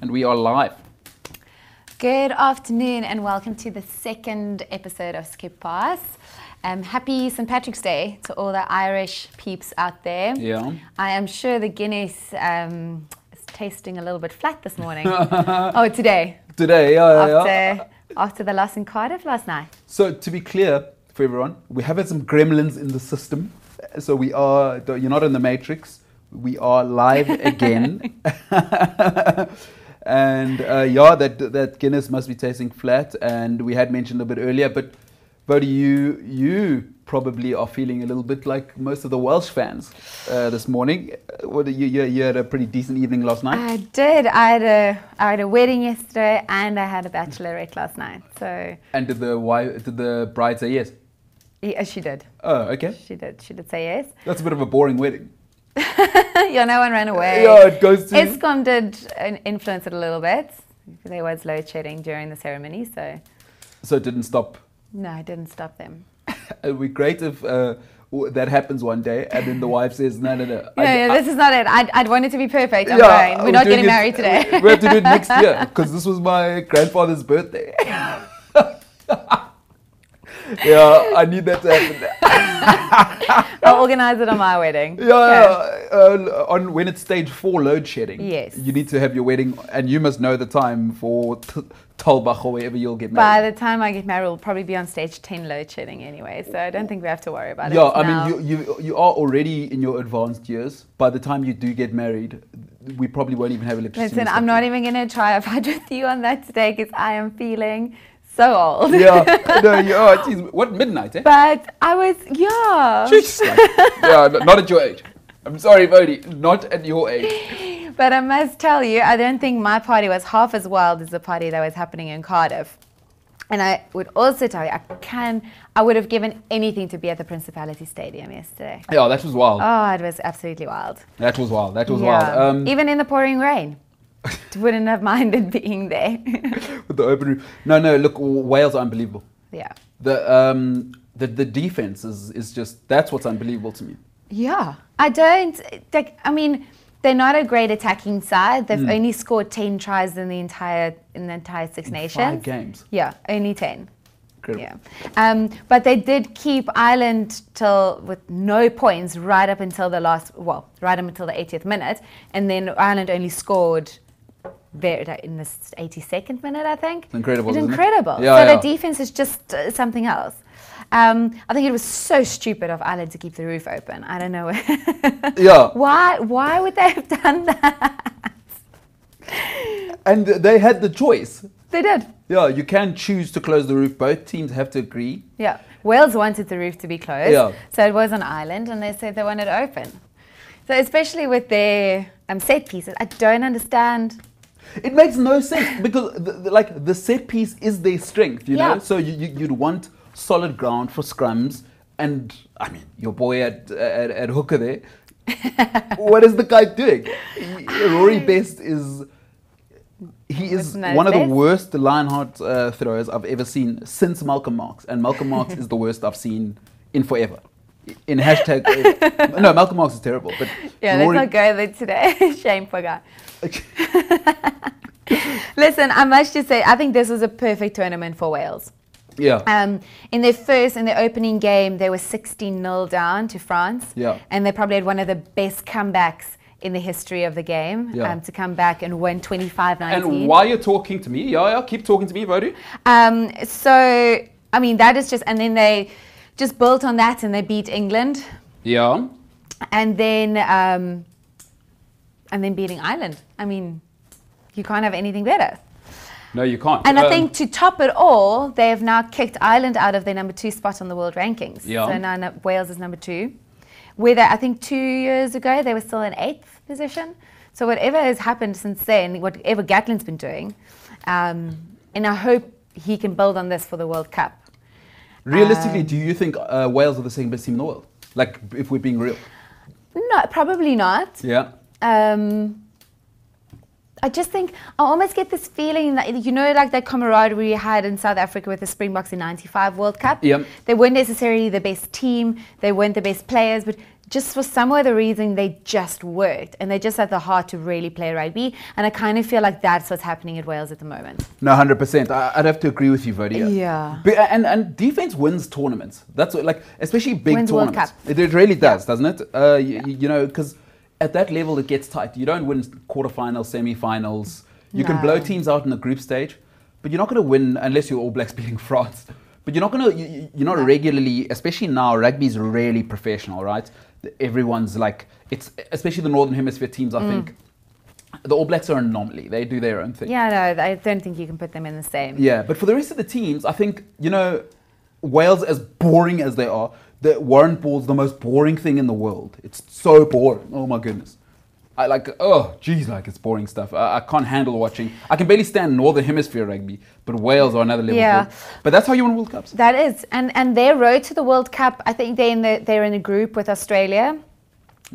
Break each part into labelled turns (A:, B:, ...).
A: And we are live.
B: Good afternoon and welcome to the second episode of Skip Pass. Um, happy St. Patrick's Day to all the Irish peeps out there.
A: Yeah.
B: I am sure the Guinness um, is tasting a little bit flat this morning. oh, today.
A: Today, Oh, yeah, yeah, yeah.
B: After, after the loss in Cardiff last night.
A: So, to be clear for everyone, we have had some gremlins in the system. So, we are, though you're not in the matrix, we are live again. and uh, yeah, that, that Guinness must be tasting flat. And we had mentioned a bit earlier, but Bodhi, you, you probably are feeling a little bit like most of the Welsh fans uh, this morning. Uh, What, you, you, you had a pretty decent evening last night.
B: I did. I had a I had a wedding yesterday and I had a bachelorette last night. So
A: And did the wife, did the bride say yes?
B: yeah, she did.
A: Oh, okay.
B: She did. She did say yes.
A: That's a bit of a boring wedding.
B: yeah, no one ran away.
A: Yeah, it goes to.
B: ESCOM did uh, influence it a little bit. There was load shedding during the ceremony, so
A: so it didn't stop.
B: no, I didn't stop them.
A: It would be great if uh, w- that happens one day, and then the wife says, "No, no, no."
B: No,
A: I-
B: yeah,
A: I-
B: this is not it. I'd, I'd want it to be perfect. I'm
A: yeah,
B: fine.
A: we're
B: We're not
A: doing
B: getting
A: it-
B: married today.
A: we- We have to do it next year because this was my grandfather's birthday. yeah, I need that to happen.
B: I'll organise it on my wedding.
A: Yeah, uh, on when it's stage four load shedding.
B: Yes.
A: you need to have your wedding, and you must know the time for t- Tolbach or wherever you'll get married.
B: By the time I get married, we'll probably be on stage 10 load shedding anyway, so I don't think we have to worry about it.
A: yeah, I
B: now.
A: mean, you, you you are already in your advanced years. By the time you do get married, we probably won't even have electricity.
B: Listen,
A: and
B: I'm
A: stuff.
B: not even going to try a fight with you on that today because I am feeling so old.
A: Yeah, no, you are. Geez, what midnight? Eh?
B: But I was, yeah.
A: Jeez, like, yeah, n- not at your age. I'm sorry, Bodhi, not at your age.
B: But I must tell you, I don't think my party was half as wild as the party that was happening in Cardiff. And I would also tell you, I can, I would have given anything to be at the Principality Stadium yesterday.
A: Yeah, that was wild.
B: Oh, it was absolutely wild.
A: That was wild. That was wild.
B: Yeah.
A: Um,
B: Even in the pouring rain, wouldn't have minded being there.
A: with the open roof. No, no. Look, w- Wales are unbelievable.
B: yeah.
A: The um, the the defense is is just that's what's unbelievable to me.
B: Yeah. I don't, like, I mean, they're not a great attacking side. They've
A: Hmm.
B: only scored 10 tries in the entire, in the entire Six
A: Five
B: Nations.
A: games.
B: Yeah, only 10.
A: Incredible.
B: Yeah. Um, but they did keep Ireland till with no points right up until the last, well, right up until the 80th minute. And then Ireland only scored very, like, in the s- 82nd minute, I think.
A: It's incredible,
B: It's
A: isn't it?
B: incredible.
A: Yeah,
B: so
A: yeah.
B: the defense is just uh, something else. Um, I think it was so stupid of Ireland to keep the roof open. I don't know.
A: Yeah.
B: why, why would they have done that?
A: And they had the choice.
B: They did.
A: Yeah, you can choose to close the roof. Both teams have to agree.
B: Yeah. Wales wanted the roof to be closed.
A: Yeah.
B: So it was an island and they said they wanted it open. So especially with their um, set pieces, I don't understand.
A: It makes no sense because, the, the- like, the set piece is their strength, you know.
B: Yeah.
A: So you, you, you'd want solid ground for scrums, and I mean, your boy at at, at hooker there. what is the guy doing? Rory Best is. He is
B: Isn't that
A: one of
B: his
A: the
B: best?
A: worst Lionheart uh, throwers I've ever seen since Malcolm Marks, and Malcolm Marks is the worst I've seen in forever. In hashtag, forever. no, Malcolm Marks is terrible, but
B: Yeah,
A: Rory-
B: let's not go there today. Shame for guy. Listen, I must just say, I think this was a perfect tournament for Wales.
A: yeah.
B: Um, in their first, in their opening game, they were 16 0 down to France.
A: Yeah.
B: And they probably had one of the best comebacks in the history of the game
A: Yeah.
B: um, to come back and win 25 19.
A: And while you're talking to me, yeah, yeah, keep talking to me, Vodu.
B: Um, so, I mean, that is just, and then they just built on that and they beat England
A: Yeah.
B: and then, um, and then beating Ireland. I mean, you can't have anything better.
A: No, you can't.
B: And I
A: Um,
B: think to top it all, they have now kicked Ireland out of their number two spot on the world rankings.
A: Yeah.
B: So now nu- Wales is number two. Whether I think two years ago they were still in eighth position. So whatever has happened since then, whatever Gatlin's been doing, um, and I hope he can build on this for the World Cup.
A: realistically, do you think uh, Wales are the second best team in the world? Like, if we're being real.
B: No, probably not.
A: Yeah.
B: Um, I just think I almost get this feeling that you know, like that camaraderie we had in South Africa with the Springboks in '95 World Cup.
A: Yep.
B: They weren't necessarily the best team. They weren't the best players, but just for some other reason, they just worked and they just had the heart to really play rugby. And I kind of feel like that's what's happening at Wales at the moment.
A: No, hundred percent. I'd have to agree with you, Vodia.
B: Yeah.
A: Be- and and defense wins tournaments. That's what, like especially big
B: Wins World
A: tournaments.
B: Cup.
A: It, it really does, doesn't it? Uh, y- y- you know, because at that level it gets tight. You don't win quarterfinals, semifinals. You can
B: No.
A: blow teams out in the group stage, but you're not going to win unless you're All Blacks beating France. But you're not going to. You're not regularly, especially now. Rugby's really professional, right? Everyone's like it's especially the northern hemisphere teams.
B: Mm.
A: I think the All Blacks are an anomaly. They do their own thing.
B: Yeah, no, I don't think you can put them in the same.
A: Yeah, but for the rest of the teams, I think you know, Wales as boring as they are, the Warren Ball's the most boring thing in the world. It's so boring. Oh my goodness. I like oh geez, like it's boring stuff. I, I can't handle watching. I can barely stand Northern Hemisphere rugby, but Wales are another level.
B: Yeah.
A: good. But that's how you win World Cups.
B: That is, and and their road to the World Cup, I think they in the, they're in a group with Australia.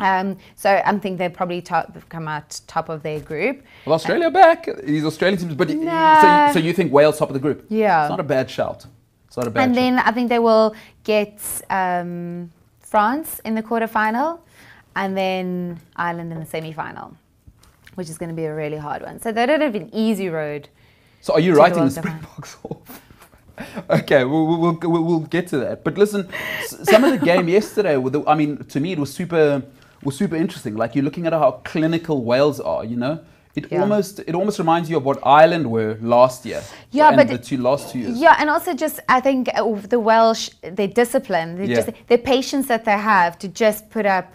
B: Um, so I think they probably top, come out top of their group.
A: Well, Australia back. These Australian teams, but
B: Nah.
A: so, you, so you think Wales top of the group?
B: Yeah.
A: It's not a bad shout. It's not a bad.
B: and
A: shout.
B: then I think they will get um, France in the quarterfinal, and then Ireland in the semi-final, which is going to be a really hard one. So they don't have an easy road.
A: So are you
B: To the
A: writing the
B: World Cup.
A: Springboks off? okay, we'll, we'll, we'll, we'll- we'll get to that. But listen, s- some of the game yesterday, with the, I mean, to me it was super was super interesting. Like you're looking at how clinical Wales are, you know. It
B: Yeah.
A: almost it almost reminds you of what Ireland were last year.
B: Yeah,
A: and
B: but-
A: the two last two years.
B: Yeah, and also just I think uh, the Welsh, their discipline, their,
A: Yeah.
B: just, their patience that they have to just put up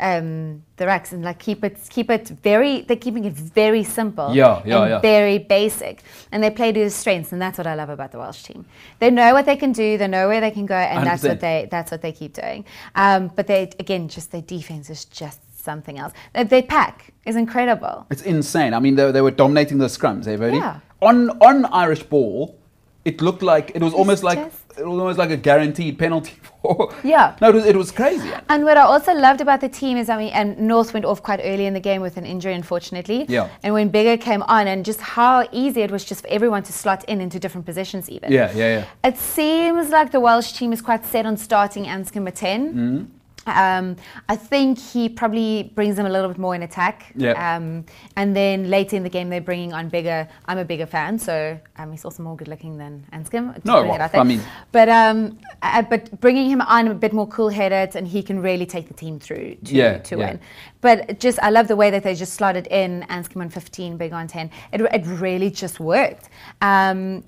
B: um, the racks and like keep it, keep it very. They're keeping it very simple.
A: Yeah, yeah,
B: and
A: yeah.
B: Very basic, and they play to their strengths, and that's what I love about the Welsh team. They know what they can do. They know where they can go, and that's what
A: 100%.
B: they that's what they keep doing. Um, but they again, just their defense is just something else. Their, their pack is incredible.
A: It's insane. I mean, they, they were dominating the scrums, eh, Verdi?
B: Yeah.
A: On on Irish ball, it looked like it was
B: It's
A: almost like
B: just-
A: it was almost like a guaranteed penalty for.
B: Yeah.
A: No, it was, it was crazy.
B: And what I also loved about the team is, I mean, and North went off quite early in the game with an injury, unfortunately.
A: Yeah.
B: And when Bigger came on, and just how easy it was just for everyone to slot in into different positions, even.
A: Yeah, yeah, yeah.
B: It seems like the Welsh team is quite set on starting Anscombe at 10.
A: Mm.
B: Um, I think he probably brings them a little bit more in attack.
A: Yeah.
B: Um, and then later in the game, they're bringing on bigger. I'm a bigger fan, so um, he's also more good looking than Anscombe. just
A: No,
B: putting it
A: well,
B: out there.
A: I mean-
B: But um, uh, but bringing him on a bit more cool headed, and he can really take the team through to,
A: Yeah,
B: to
A: yeah.
B: win. But just I love the way that they just slotted in Anscombe on 15, Big on 10. It, it really just worked. Um,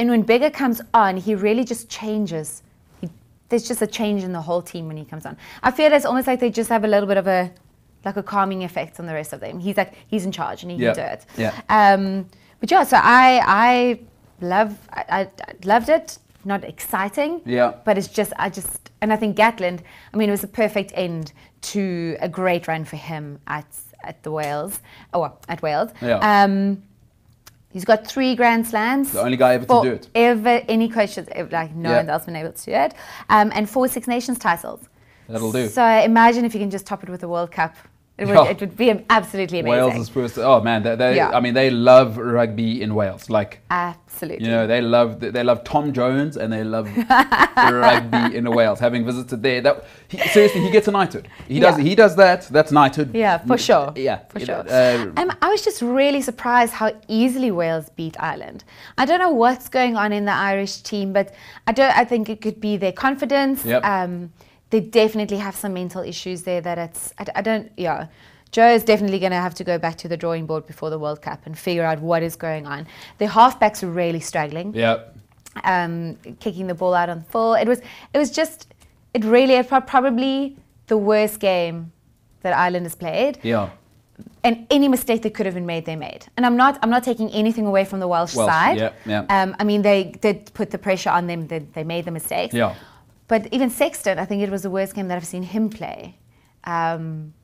B: and when Bigger comes on, he really just changes. He, there's just a change in the whole team when he comes on. I feel it's almost like they just have a little bit of a like a calming effect on the rest of them. He's like he's in charge and he
A: Yeah,
B: can do it.
A: yeah.
B: Um, but yeah, so I I love I, I I loved it. Not exciting.
A: Yeah.
B: But it's just I just and I think Gatland. I mean, it was a perfect end to a great run for him at at the Wales. Oh, well, at Wales.
A: Yeah.
B: Um, he's got three Grand Slams.
A: The only guy ever to
B: for
A: do it.
B: Ever any coach has ever like no
A: Yeah.
B: one else been able to do it. Um, and four Six Nations titles.
A: That'll do.
B: So imagine if you can just top it with the World Cup. It would,
A: Yeah.
B: it would be am- absolutely amazing.
A: Wales is first. Oh man, they, they,
B: Yeah.
A: I mean, they love rugby in Wales. Like
B: absolutely.
A: you know, they love they love Tom Jones and they love rugby in Wales. Having visited there, that he, seriously, he gets a knighthood. He does
B: Yeah.
A: he does that. That's knighthood.
B: Yeah, for sure.
A: Yeah,
B: for
A: you
B: sure.
A: know, uh,
B: um, I was just really surprised how easily Wales beat Ireland. I don't know what's going on in the Irish team, but I don't. I think it could be their confidence.
A: Yep.
B: Um, they definitely have some mental issues there. That it's. I, d- I don't. Yeah. Joe is definitely going to have to go back to the drawing board before the World Cup and figure out what is going on. The halfbacks are really struggling
A: yeah.
B: um, kicking the ball out on full. It was it was just it really it pro- probably the worst game that Ireland has played.
A: Yeah.
B: And any mistake that could have been made, they made. And I'm not I'm not taking anything away from the Welsh,
A: Welsh,
B: side.
A: yeah, yeah.
B: Um, I mean they did put the pressure on them. They, they made the mistakes.
A: Yeah.
B: But even Sexton, I think it was the worst game that I've seen him play. Um,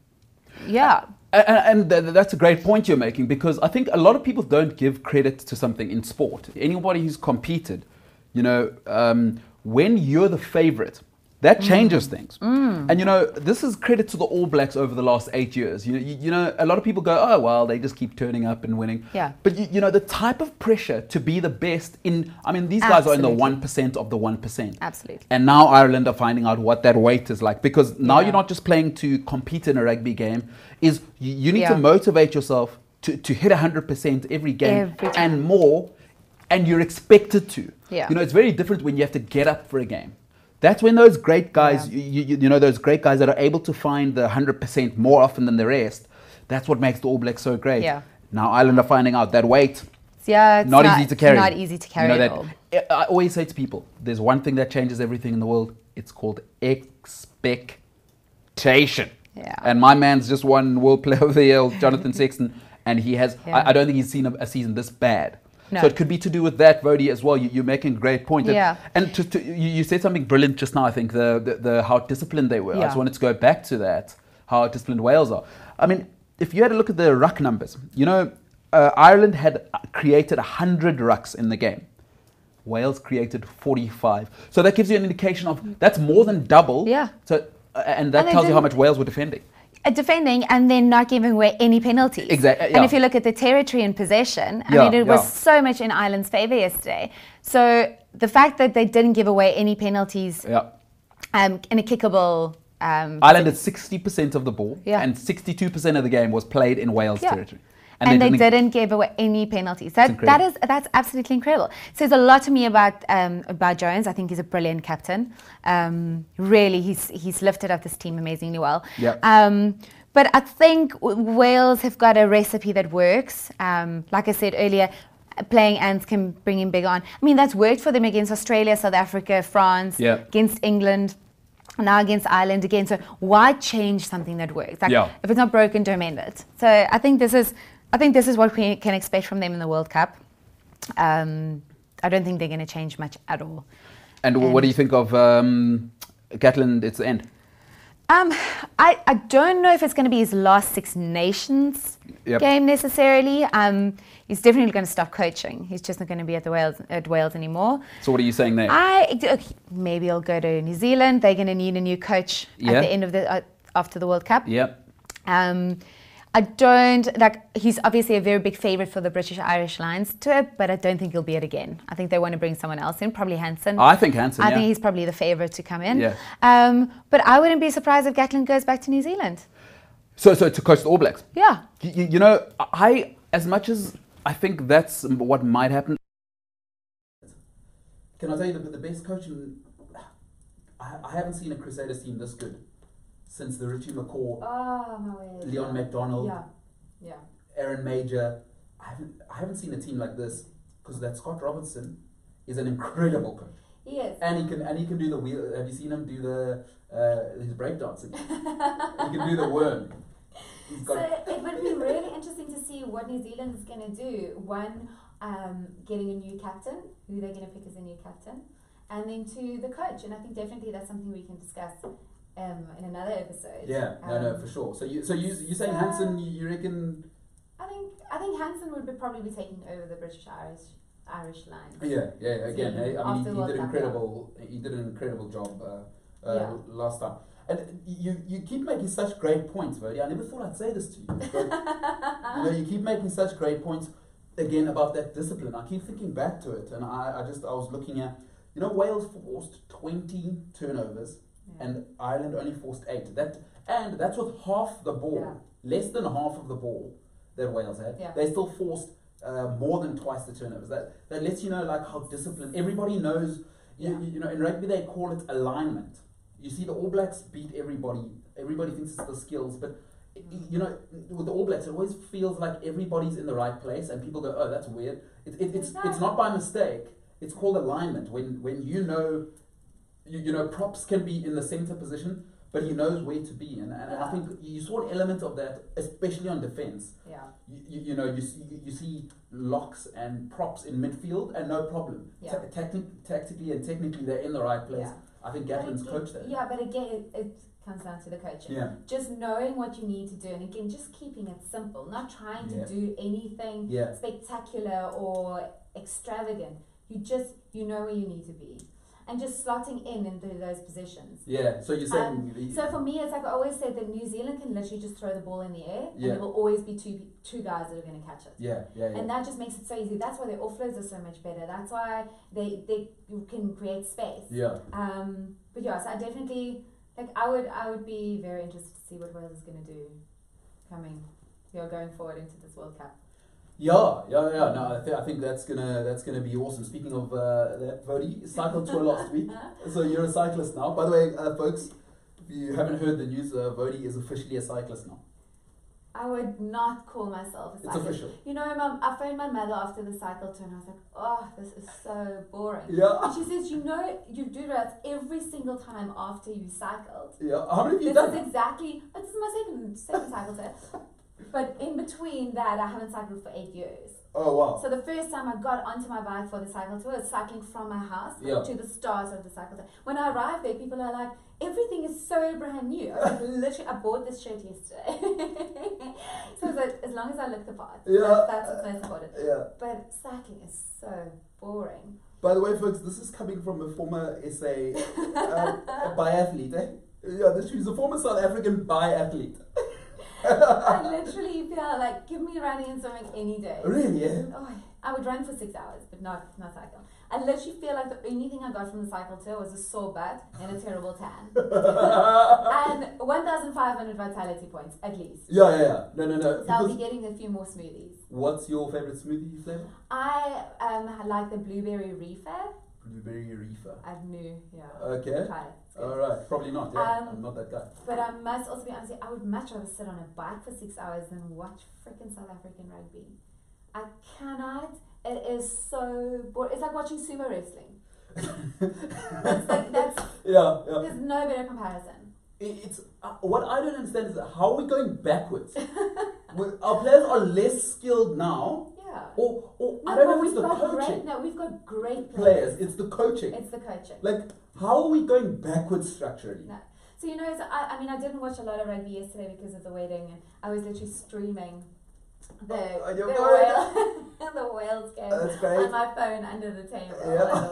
B: yeah.
A: And, and th- th- that's a great point you're making because I think a lot of people don't give credit to something in sport. Anybody who's competed, you know, um, when you're the favorite,
B: Mm.
A: That changes things. And you know, this is credit to the All Blacks over the last eight years. You, you, you know, a lot of people go, oh, well, they just keep turning up and winning.
B: Yeah.
A: But you, you know, the type of pressure to be the best in, I mean, these guys are in the
B: Absolutely.
A: 1% of the 1%.
B: Absolutely.
A: And now Ireland are finding out what that weight is like because now
B: Yeah.
A: you're not just playing to compete in a rugby game, is you, you need to
B: Yeah.
A: motivate yourself to, to hit 100% every game
B: Every time.
A: and more, and you're expected to.
B: Yeah.
A: You know, it's very different when you have to get up for a game. That's when those great guys,
B: Yeah.
A: you, you, you know, those great guys that are able to find the 100% more often than the rest, that's what makes the All Blacks so great.
B: Yeah.
A: Now Ireland are finding out that weight
B: Yeah, it's
A: not, easy to carry.
B: Not easy to
A: You
B: carry
A: know
B: at
A: that-
B: all.
A: I I always say to people, there's one thing that changes everything in the world. It's called expectation.
B: Yeah.
A: And my man's just won World Player of the Year, Jonathan Sexton, and he has.
B: Yeah.
A: I, I don't think he's seen a, a season this bad.
B: No.
A: So it could be to do with that, Vody, as well. You, you're making a great point. And-
B: Yeah.
A: And to, to, you, you said something brilliant just now. I think the the, the how disciplined they were. I
B: Yeah.
A: just wanted to go back to that. How disciplined Wales are. I mean, if you had a look at the ruck numbers, you know, uh, Ireland had created hundred rucks in the game. Wales created 45. So that gives you an indication of that's more than double.
B: Yeah.
A: So uh, and that
B: And they
A: tells you how
B: didn't-
A: much Wales were defending.
B: Uh, defending and then not giving away any penalties.
A: Exact- uh, yeah.
B: And if you look at the territory in possession, I
A: Yeah,
B: mean, it was
A: yeah.
B: so much in Ireland's favour yesterday. So the fact that they didn't give away any penalties
A: Yeah.
B: um, in a kickable. Um,
A: Ireland had 60% of the ball
B: Yeah.
A: and 62% of the game was played in Wales
B: Yeah.
A: territory.
B: and, they, didn't, give away any penalties. That, that
A: incredible.
B: is that's absolutely incredible. Says a lot to me about um, about Jones. I think he's a brilliant captain. Um, really, he's he's lifted up this team amazingly well.
A: Yeah.
B: Um, but I think w- Wales have got a recipe that works. Um, like I said earlier, playing ants can bring him big on. I mean, that's worked for them against Australia, South Africa, France,
A: Yeah.
B: against England. Now against Ireland again, so why change something that works? Like,
A: Yeah.
B: if it's not broken, don't mend it. So I think this is, I think this is what we can expect from them in the World Cup. Um, I don't think they're going to change much at all.
A: And w- what do you think of um, Gatland? It's the end.
B: Um, I, I don't know if it's going to be his last Six Nations
A: Yep.
B: game necessarily. Um, he's definitely going to stop coaching. He's just not going to be at the Wales at Wales anymore.
A: So what are you saying there?
B: I okay, maybe I'll go to New Zealand. They're going to need a new coach
A: Yeah.
B: at the end of the uh, after the World Cup.
A: yep.
B: Um, I don't like. He's obviously a very big favourite for the British Irish Lions tour, but I don't think he'll be it again. I think they want to bring someone else in, probably Hanson.
A: I think Hansen.
B: I
A: Oh, yeah.
B: think he's probably the favourite to come in.
A: Yeah.
B: Um, but I wouldn't be surprised if Gatlin goes back to New Zealand.
A: so so to coach the All Blacks.
B: Yeah.
A: Y- y- you know, I as much as I think that's what might happen. Can I tell you the, the best coach? In, I, I haven't seen a Crusaders team this good since the Richie McCaw,
B: Oh my
A: Leon McDonald,
B: Yeah.
A: Aaron Major. I haven't I haven't seen a team like this because that Scott Robertson is an incredible coach.
B: He is.
A: And he can and he can do the wheel. Have you seen him do the uh, his breakdancing? he can do the worm. He's
C: So
A: got
C: it would be really interesting to see what New Zealand is going to do. One, um, getting a new captain, who they're going to pick as a new captain, and then two, the coach. And I think definitely that's something we can discuss um, in another episode.
A: Yeah, no, no,
C: Um,
A: for sure. So you, so you, you saying Hansen? You, you reckon?
C: I think I think Hansen would be probably be taking over the British Irish Irish line.
A: Yeah, yeah. Again, eh, I mean,
C: uh, After
A: he, he
C: World
A: did
C: Cup,
A: incredible. He did an incredible job uh, uh,
C: Yeah.
A: last time. And you, you keep making such great points, Verdi. I never thought I'd say this to you. but, you know, you keep making such great points again about that discipline. I keep thinking back to it, and I, I just I was looking at, you know, Wales forced twenty turnovers,
C: Yeah.
A: and Ireland only forced eight. That and that's with half the ball, less than half of the ball that Wales had.
C: Yeah.
A: They still forced uh, more than twice the turnovers. That that lets you know like how disciplined everybody knows. You,
C: Yeah.
A: you know, in rugby they call it alignment. You see, the All Blacks beat everybody. Everybody thinks it's the skills, but y-
C: Mm.
A: you know, with the All Blacks, it always feels like everybody's in the right place, and people go, "Oh, that's weird." It, it, it's it's not by mistake. It's called alignment. When when you know, you, you know, props can be in the center position, but he knows where to be, and, and I
C: Yeah.
A: think you saw an element of that, especially on defense.
C: Yeah.
A: You, you, you know, you see, you- you see locks and props in midfield, and no problem.
C: Yeah.
A: Ta- tactic- tactically and technically, they're in the right place.
C: Yeah.
A: I think
C: But
A: Gatlin's
C: again-
A: coached that.
C: Yeah, but again, it, it comes down to the coaching.
A: Yeah.
C: Just knowing what you need to do, and again, just keeping it simple, not trying to
A: Yeah.
C: do anything
A: Yeah.
C: spectacular or extravagant. You just you know where you need to be, and just slotting in into those positions.
A: Yeah. So you're saying
C: Um,
A: the-
C: So for me, it's like I always said that New Zealand can literally just throw the ball in the air, and
A: Yeah.
C: there will always be two two guys that are going to catch it.
A: yeah, yeah, yeah.
C: And that just makes it so easy. That's why their offloads are so much better. That's why they they can create space.
A: yeah.
C: Um, but yeah, so I definitely like I would I would be very interested to see what Wales is going to do coming. You know, going forward into this World Cup.
A: Yeah, yeah, yeah. No, I, th- I think that's gonna that's gonna be awesome. Speaking of uh, that, Vody cycled tour last week, so you're a cyclist now. By the way, uh, folks, if you haven't heard the news, uh, Vody is officially a cyclist now.
C: I would not call myself a
A: It's
C: cyclist.
A: official.
C: You know, mum, I phoned my mother after the cycle tour and I was like, oh, this is so boring.
A: Yeah,
C: And she says, you know, you do that every single time after you cycled.
A: yeah. How many of you
C: This
A: done?
C: is exactly, this is my second, second cycle tour. But in between that, I haven't cycled for eight years.
A: Oh wow.
C: So the first time I got onto my bike for the cycle tour, it's cycling from my house
A: Yeah.
C: to the stars of the cycle tour. When I arrived there, people are like, everything is so brand new. I was like, literally, I bought this shirt yesterday. so it's like, as long as I look the part,
A: Yeah.
C: that's, that's what's most important.
A: Yeah.
C: But cycling is so boring.
A: By the way, folks, this is coming from a former SA uh, biathlete. Eh? Yeah, this, she's a former South African biathlete.
C: I literally feel like, give me running and swimming any day.
A: Really? Eh?
C: Oh, I would run for six hours, but not not cycle. I literally feel like the only thing I got from the cycle tour was a sore butt and a terrible tan. and 1,500 vitality points, at least.
A: Yeah, yeah, yeah. No, no, no.
C: So I'll be
A: Because
C: getting a few more smoothies.
A: what's your favorite smoothie flavor?
C: I um, like the blueberry reefer.
A: Blueberry reefer.
C: I knew, yeah.
A: Okay.
C: Try it. It's good.
A: All right. Probably not. Yeah,
C: Um,
A: I'm not that guy.
C: But I must also be honest, with you, I would much rather sit on a bike for six hours than watch freaking South African rugby. I cannot. It is so boring. It's like watching sumo wrestling. It's like that's
A: yeah, yeah.
C: there's no better comparison.
A: It- it's uh, what I don't understand is how are we going backwards? Well, Our players are less skilled now,
C: Yeah.
A: or or I
C: No,
A: don't know.
C: but
A: It's
C: we've
A: the
C: got great.
A: coaching
C: No, we've got great players.
A: players. It's the coaching.
C: It's the coaching.
A: Like, how are we going backwards structurally?
C: No. So you know, so I, I mean, I didn't watch a lot of rugby yesterday because of the wedding, and I was literally streaming the
A: Oh,
C: the,
A: you're Oh,
C: whale, the whales game
A: Uh, That's great.
C: on my phone under the table
A: Yeah.
C: at the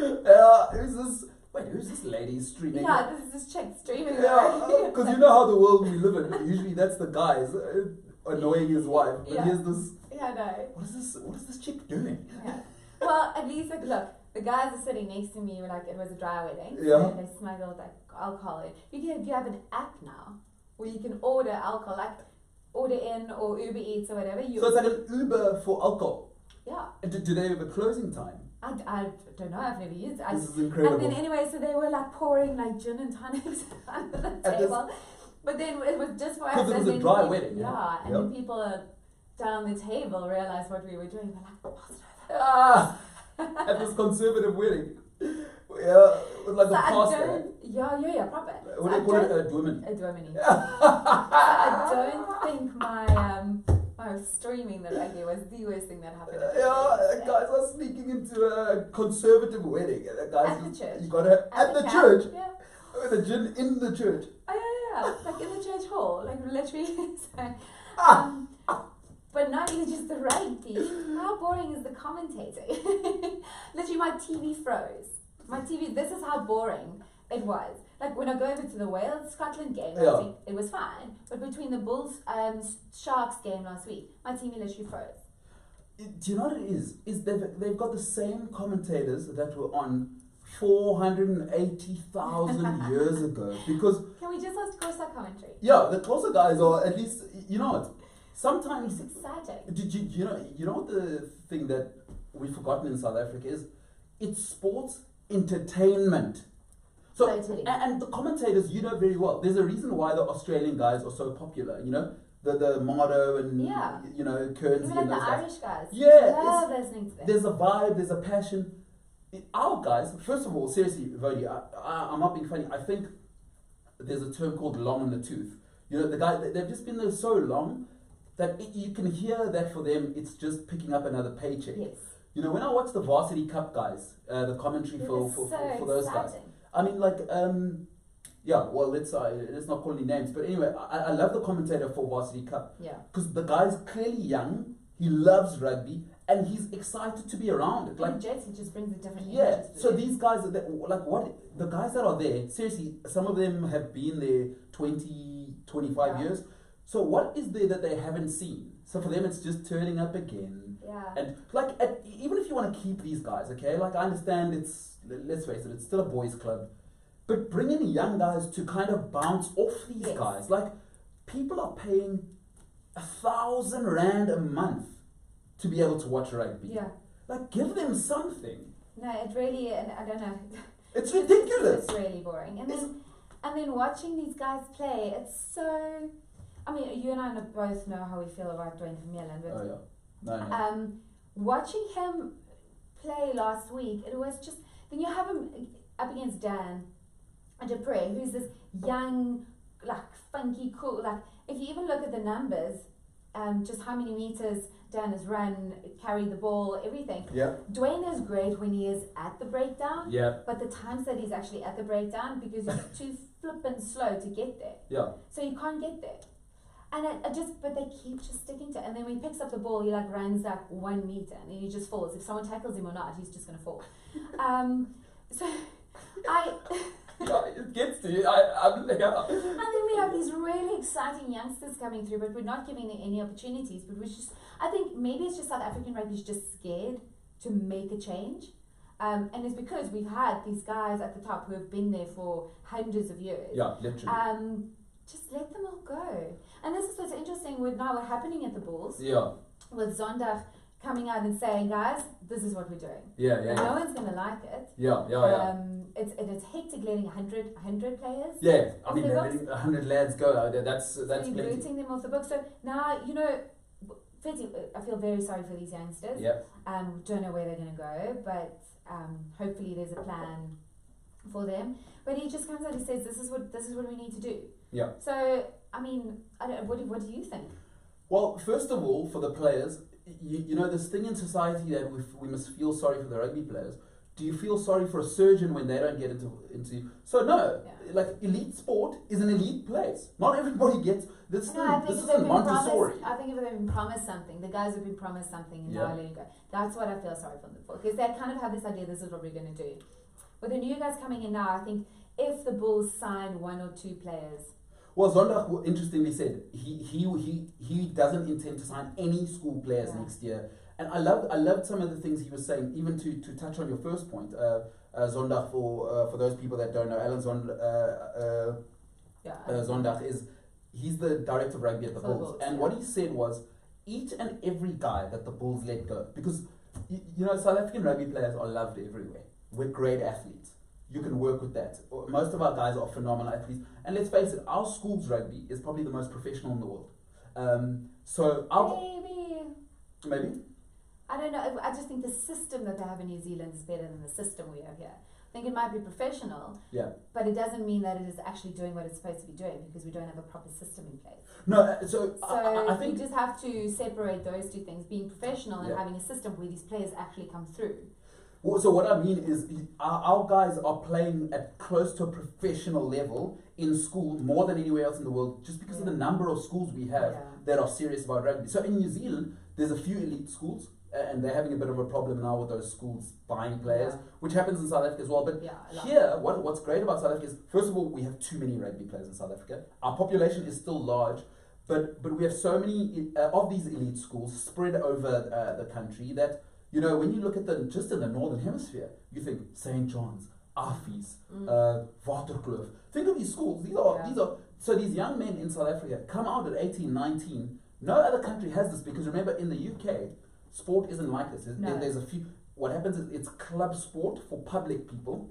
C: wedding.
A: yeah, who's this? Wait, who's this lady streaming?
C: yeah, this is just chick streaming.
A: Yeah, because you know how the world we live in. Usually, that's the guys uh, annoying his wife. But
C: Yeah.
A: here's this.
C: yeah, no.
A: What is this? What is this chick doing?
C: Yeah. Well, at least like look, the guys are sitting next to me. Like it was a dry wedding.
A: Yeah.
C: And they smuggled like alcohol in. You can you have an app now where you can order alcohol, like order in or Uber Eats or whatever. You
A: So it's like an Uber for alcohol.
C: yeah.
A: And Do, do they have a closing time?
C: I, I don't know. I've never used it. I,
A: This is incredible.
C: and then anyway, so they were like pouring like gin and tonics under the
A: this-
C: table. But then it was just for us.
A: 'Cause it
C: and
A: was a
C: then
A: dry
C: people-
A: wedding, yeah.
C: Yeah, and
A: Yeah.
C: then people uh, down the table realized what we were doing. They're like, "What's that?"
A: ah, at this conservative wedding. Yeah, with like
C: so
A: a
C: I
A: pastor.
C: don't. Yeah, yeah, yeah, proper. So
A: Oh, What do
C: I
A: you call it? Uh, A
C: don't-
A: Dwomini.
C: A Dwomini. I don't think my um my streaming the rugby was the worst thing that happened. at the
A: Yeah,
C: wedding.
A: guys are sneaking into a conservative wedding. and the Guys,
C: At the church.
A: You gotta at, the,
C: camp,
A: church.
C: Yeah.
A: With a gin in the church.
C: Oh yeah, yeah, yeah. like in the church hall, like literally. so,
A: Ah!
C: um, but not even just the rugby. How boring is the commentating? literally, my TV froze. My TV. This is how boring it was. Like when I go over to the Wales Scotland game last
A: Yeah.
C: week, it was fine. But between the Bulls um, Sharks game last week, my TV literally froze.
A: Do you know what it is? Is they've, they've got the same commentators that were on 480,000 years ago. Because,
C: Can we just ask Corsa commentary?
A: yeah, the closer guys are at least, you know what? Sometimes,
C: It's exciting.
A: did you, you know, you know what the thing that we've forgotten in South Africa is? It's sports entertainment. So,
C: Totally.
A: a- and the commentators, you know very well. There's a reason why the Australian guys are so popular, you know? The, the Mardo and,
C: Yeah.
A: you know, Kearns
C: Even
A: and those
C: like the
A: guys.
C: Irish guys.
A: Yeah, it's-
C: love listening to them.
A: there's a vibe, there's a passion. It- Our guys, first of all, seriously, Vody, I, I, I'm not being funny. I think there's a term called long in the tooth. You know, the guy, they- they've just been there so long that it, you can hear that for them, it's just picking up another paycheck.
C: Yes.
A: You know, when I watch the Varsity Cup guys, uh, the commentary
C: It
A: for,
C: is
A: for,
C: so
A: for, for those guys,
C: exciting.
A: I mean, like, um, yeah, well, let's, uh, let's not call any names. But anyway, I, I love the commentator for Varsity Cup
C: Yeah.
A: because the guy's clearly young. He loves rugby, and he's excited to be around it. Like
C: Like Jets, he just brings a different
A: yeah.
C: energy to
A: So
C: it.
A: these guys, are that, like what the guys that are there, seriously, some of them have been there 20, 25
C: Yeah.
A: years. So what is there that they haven't seen? So for them, it's just turning up again.
C: Yeah.
A: And like, at, even if you want to keep these guys, okay, like I understand it's let- let's face it, it's still a boys' club, but bring in young guys to kind of bounce off these
C: Yes.
A: guys. Like people are paying a thousand rand a month to be able to watch rugby.
C: Yeah.
A: Like give them something.
C: No, it really, and I don't know.
A: It's ridiculous.
C: It's really boring. And
A: It's-
C: then, and then watching these guys play, it's so. I mean, you and I know- both know how we feel about Dwayne Vermeulen, but
A: Oh yeah. No, no.
C: um, watching him play last week, it was just. Then you have him up against Dan Dupre, who's this young, like funky, cool. Like if you even look at the numbers, um, just how many meters Dan has run, carried the ball, everything.
A: yeah.
C: Dwayne is great when he is at the breakdown.
A: Yeah.
C: But the times that he's actually at the breakdown because he's too flippin' slow to get there.
A: Yeah.
C: So you can't get there. And I, I just, but they keep just sticking to it. And then when he picks up the ball, he like runs like one meter and then he just falls. If someone tackles him or not, he's just going to fall. um, so I,
A: Yeah, it gets to you. I, I'm like, yeah.
C: and then we have these really exciting youngsters coming through, but we're not giving them any opportunities. But we're just, I think maybe it's just South African rugby's just scared to make a change. Um, and it's because we've had these guys at the top who have been there for hundreds of years.
A: yeah, literally.
C: Um, just let them all go. And this is what's interesting with now what's happening at the Bulls
A: yeah,
C: with Zondag coming out and saying, guys, this is what we're doing.
A: yeah, yeah,
C: No
A: yeah,
C: one's going to like it.
A: yeah, yeah, yeah.
C: Um, it's, and it's hectic letting 100, 100 players.
A: Yeah, I mean,
C: So
A: they're
C: that's-
A: letting a hundred lads go. uh, that- That's that's
C: so you're
A: plenty.
C: rooting them off the book. So now, you know, Fetty, I feel very sorry for these youngsters.
A: Yeah,
C: Um, don't know where they're going to go, but um, hopefully there's a plan for them. But he just comes out and says, this is what this is what we need to do.
A: Yeah.
C: So, I mean, I don't, what, do, what do you think?
A: Well, first of all, for the players, you, you know, this thing in society that we, we must feel sorry for the rugby players. Do you feel sorry for a surgeon when they don't get into into? So no,
C: Yeah.
A: like elite sport is an elite place. Not everybody gets this.
C: No, I
A: thing, this
C: think if they've
A: isn't
C: been
A: Montessori.
C: promised, I think if they've been promised something, the guys have been promised something and
A: Yeah.
C: now letting go. That's what I feel sorry for them for because they kind of have this idea this is what we're going to do. With the new guys coming in now, I think if the Bulls sign one or two players,
A: Well, Zondag interestingly said he he he he doesn't intend to sign any school players
C: Yeah.
A: next year. And I loved I loved some of the things he was saying. Even to, to touch on your first point, uh, uh, Zondag for uh, for those people that don't know, Alan Zond, uh, uh,
C: yeah,
A: uh, Zondag is he's the director of rugby at the
C: For the
A: Bulls,
C: Bulls,
A: and
C: yeah.
A: what he said was each and every guy that the Bulls let go because you, you know South African rugby players are loved everywhere. We're great athletes. You can work with that. Or- Most of our guys are phenomenal athletes, and let's face it, our school's rugby is probably the most professional in the world. Um, so our,
C: maybe
A: maybe
C: I don't know. I I just think the system that they have in New Zealand is better than the system we have here. I think it might be professional,
A: Yeah.
C: but it doesn't mean that it is actually doing what it's supposed to be doing because we don't have a proper system in place.
A: no. uh, So,
C: So
A: I, I- I think
C: we just have to separate those two things: being professional and
A: Yeah.
C: having a system where these players actually come through.
A: Well, so what I mean is, our, our guys are playing at close to a professional level in school more than anywhere else in the world, just because of the
C: Yeah.
A: number of schools we have
C: Yeah.
A: that are serious about rugby. So in New Zealand, there's a few elite schools, a- and they're having a bit of a problem now with those schools buying players,
C: Yeah.
A: which happens in South Africa as well. But
C: Yeah, a lot.
A: here, what, what's great about South Africa is, first of all, we have too many rugby players in South Africa. Our population is still large, but but we have so many uh, of these elite schools spread over uh, the country that you know when you look at the just in the northern hemisphere, you think St. John's, Afies, uh, Waterkloof. Think of these schools. These are
C: Mm. Yeah.
A: these are so these young men in South Africa come out at 18, 19. No other country has this because remember in the UK, sport isn't like this. There-
C: No.
A: There's a few. What happens is it's club sport for public people,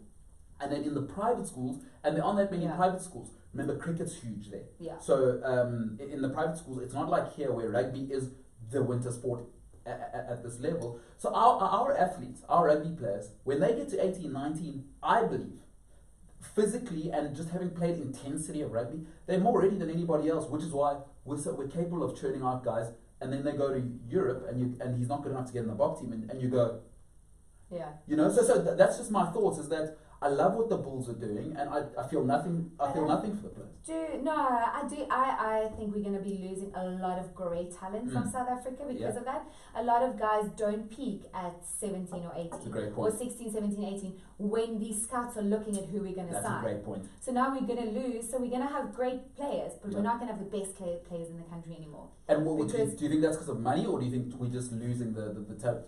A: and then in the private schools, and there aren't that many
C: Yeah.
A: private schools. Remember, cricket's huge there.
C: Yeah.
A: So um, i- in the private schools, it's not like here where rugby is the winter sport a- a- at this level. So our, our athletes, our rugby players, when they get to 18, 19, I believe, physically and just having played intensity of rugby, they're more ready than anybody else, which is why we're, so, we're capable of churning out guys. And then they go to Europe, and you and he's not good enough to get in the box team, and, and you go,
C: Yeah.
A: you know. So, so th- that's just my thoughts. Is that I love what the Bulls are doing, and I, I feel nothing. I feel
C: But I-
A: nothing for the players.
C: Do no, I do. I, I think we're going to be losing a lot of great talent from
A: Mm.
C: South Africa because
A: Yeah.
C: of that. A lot of guys don't peak at 17 or 18
A: That's a great
C: or
A: point.
C: 16, 17, 18 when these scouts are looking at who we're going to
A: That's a
C: sign.
A: great point.
C: So now we're going to lose. So we're going to have great players, but we're
A: Yeah.
C: not going to have the best cla- players in the country anymore.
A: And what would you,
C: Because-
A: do you think that's because of money, or do you think we're just losing the the, the talent?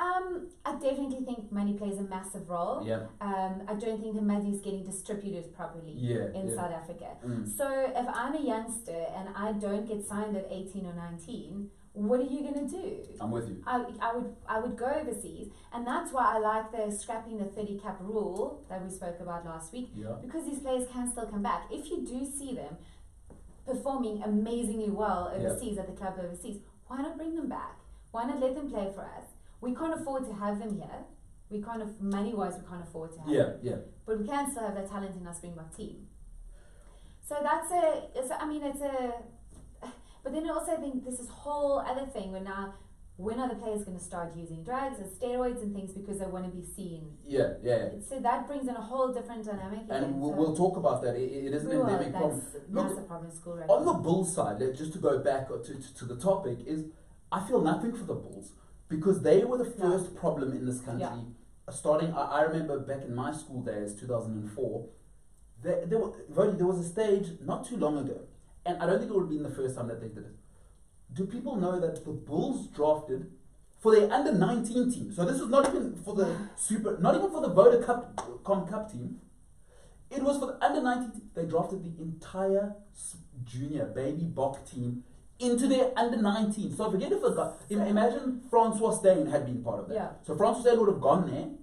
C: Um, I definitely think money plays a massive role.
A: Yeah,
C: Um, I don't think the money is getting distributed properly
A: yeah,
C: in
A: yeah.
C: South Africa.
A: Mm.
C: So if I'm a youngster and I don't get signed at 18 or 19, what are you going to do?
A: I'm with you.
C: I, I would I would go overseas, and that's why I like the scrapping the 30 cap rule that we spoke about last week
A: Yeah,
C: because these players can still come back. If you do see them performing amazingly well
A: Yeah.
C: overseas at the club overseas, why not bring them back? Why not let them play for us? We can't afford to have them here. We can't, aff- money wise, we can't afford to have
A: yeah,
C: them.
A: yeah.
C: But we can still have that talent in our Springbok team. So that's a, it's a, I mean, it's a, but then I also think this is whole other thing where now, when are the players going to start using drugs and steroids and things because they want to be seen?
A: Yeah, yeah. yeah.
C: So that brings in a whole different dynamic.
A: And
C: again,
A: we'll,
C: so-
A: we'll talk about that. It, it is an
C: we were,
A: endemic problem.
C: that's,
A: Look,
C: that's a problem in school right
A: On the
C: now.
A: Bulls side, let- just to go back to, to, to the topic, is I feel nothing for the Bulls because they were the
C: No.
A: first problem in this country. Uh,
C: Yeah.
A: Starting, I, I remember back in my school days, 2004, there, there, were, Vody, there was a stage not too long ago, and I don't think it would have been the first time that they did it. Do people know that the Bulls drafted for their under 19 team? So this was not even for the Super, not even for the Voda Cup, Com Cup team. It was for the under 19 team. They drafted the entire s- junior baby Bok team into their under 19. So forget if a guy, im- imagine Francois Stain had been part of that.
C: Yeah.
A: So Francois Stain would have gone there
C: and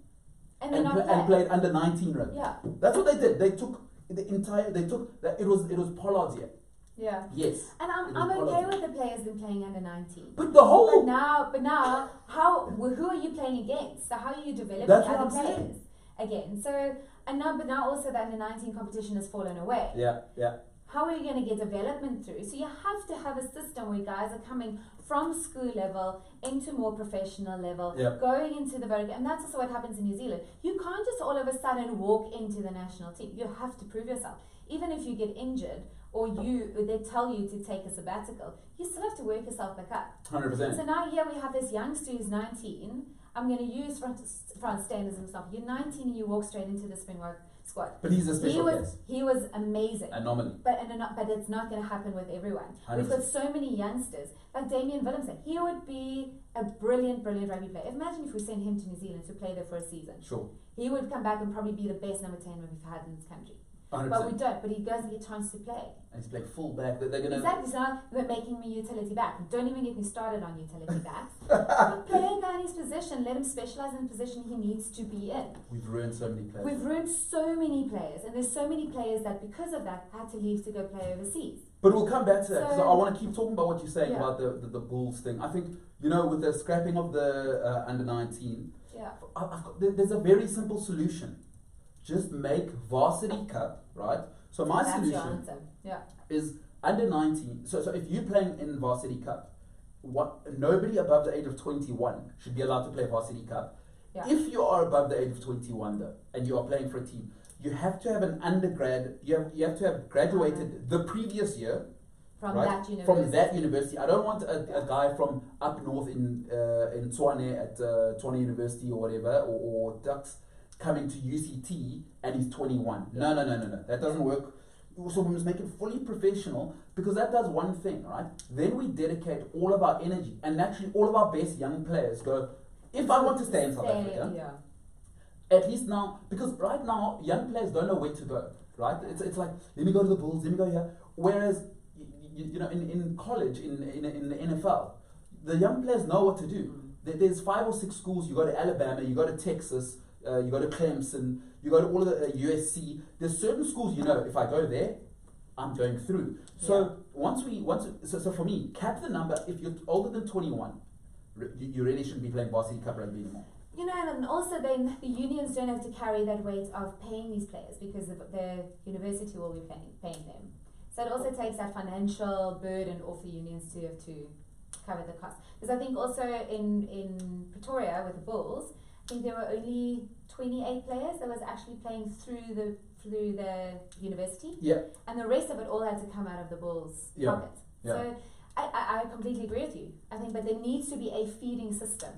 A: and,
C: they're not
A: pla- and
C: there.
A: played under 19 rugby.
C: Yeah,
A: That's what they did. They took the entire, they took, that it was, it was Pollard's year.
C: yeah.
A: Yes.
C: And I'm,
A: It
C: I'm
A: is
C: okay
A: quality.
C: with the players been playing under 19.
A: But the whole
C: But now, but now, how wh- who are you playing against? So how are you developing
A: That's what
C: other
A: I'm
C: players
A: saying.
C: again? So and now, but now also the under 19 competition has fallen away.
A: Yeah, yeah.
C: How are you going to get development through? So you have to have a system where guys are coming from school level into more professional level,
A: Yeah.
C: going into the very, and that's also what happens in New Zealand. You can't just all of a sudden walk into the national team. You have to prove yourself, even if you get injured or you they tell you to take a sabbatical. You still have to work yourself back up.
A: Hundred percent.
C: So now here we have this youngster who's 19. I'm going to use France France Stain as an example. You're 19 and you walk straight into the Springbok squad.
A: But he's a
C: He
A: special
C: was
A: case.
C: he was amazing.
A: Anomaly.
C: But and not, but it's not going to happen with everyone. we have got
A: 100%.
C: so many youngsters. Like Damien Willemsen, he would be a brilliant, brilliant rugby player. Imagine if we send him to New Zealand to play there for a season.
A: Sure.
C: He would come back and probably be the best number ten we've had in this country.
A: Hundred
C: But we
A: percent.
C: don't. But he doesn't get a chance to play.
A: And he's playing full back. They're, they're gonna.
C: Exactly. So now they're making me utility back. Don't even get me started on utility backs. but play a guy in his position. Let him specialize in the position he needs to be in.
A: We've ruined so many players.
C: We've ruined so many players, and there's so many players that because of that had to leave to go play overseas.
A: But we'll come back to that because
C: So-
A: I want to keep talking about what you're saying
C: Yeah.
A: about the, the the Bulls thing. I think you know with the scrapping of the uh, under nineteen,
C: Yeah.
A: I- I've got, there- there's a very simple solution. Just make varsity cup, right? So my
C: That's your
A: solution
C: answer. Yeah.
A: is under 19. So, so if you're playing in varsity cup, what nobody above the age of 21 should be allowed to play varsity cup.
C: Yeah.
A: If you are above the age of 21 though, and you are playing for a team, you have to have an undergrad. You have you have to have graduated the previous year
C: From
A: right?
C: that university.
A: From that university. I don't want a, a guy from up north in uh, in Tswane at uh, Tswane University or whatever or, or Ducks coming to UCT and he's 21. No, no, no, no, no. That doesn't work. So we must make it fully professional because that does one thing, right? Then we dedicate all of our energy and naturally all of our best young players go. If I want to stay in South
C: Stay-
A: Africa,
C: Yeah.
A: at least now, because right now young players don't know where to go. Right? It's, it's like let me go to the Bulls, let me go here. Whereas you, you know in, in college in, in in the NFL, the young players know what to
C: Mm.
A: do. There- There's five or six schools. You go to Alabama, you go to Texas, uh, you go to Clemson, you go to all of the uh, USC. There's certain schools you know. If I go there, I'm going through. So
C: Yeah.
A: once we once so, so for me, cap the number. If you're older than 21, re- you, you really shouldn't be playing varsity cup rugby anymore.
C: You know, and also then the unions don't have to carry that weight of paying these players because the, the university will be paying, paying them. So it also takes that financial burden off the unions to have to cover the cost. Because I think also in, in Pretoria with the Bulls, I think think there were only 28 players that was actually playing through the through the university.
A: Yeah.
C: And the rest of it all had to come out of the Bulls'
A: Yeah.
C: pocket.
A: Yeah.
C: So I, I, I completely agree with you. I think, but there needs to be a feeding system.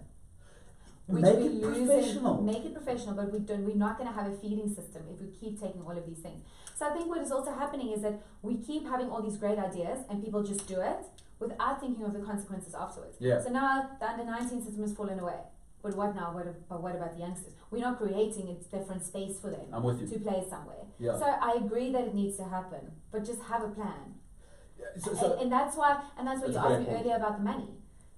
C: Which
A: Make
C: we
A: it
C: lose in-
A: professional.
C: make it professional, but we don't. We're not going to have a feeding system if we keep taking all of these things. So I think what is also happening is that we keep having all these great ideas, and people just do it without thinking of the consequences afterwards.
A: Yeah.
C: So now the under 19 system has fallen away. But what now? What, ab- but what about the youngsters? We're not creating a different space for them
A: I'm with you.
C: to play somewhere.
A: Yeah.
C: So I agree that it needs to happen, but just have a plan.
A: So, so
C: and, and that's why, and that's what
A: That's
C: you
A: a great
C: asked me
A: point.
C: earlier about the money.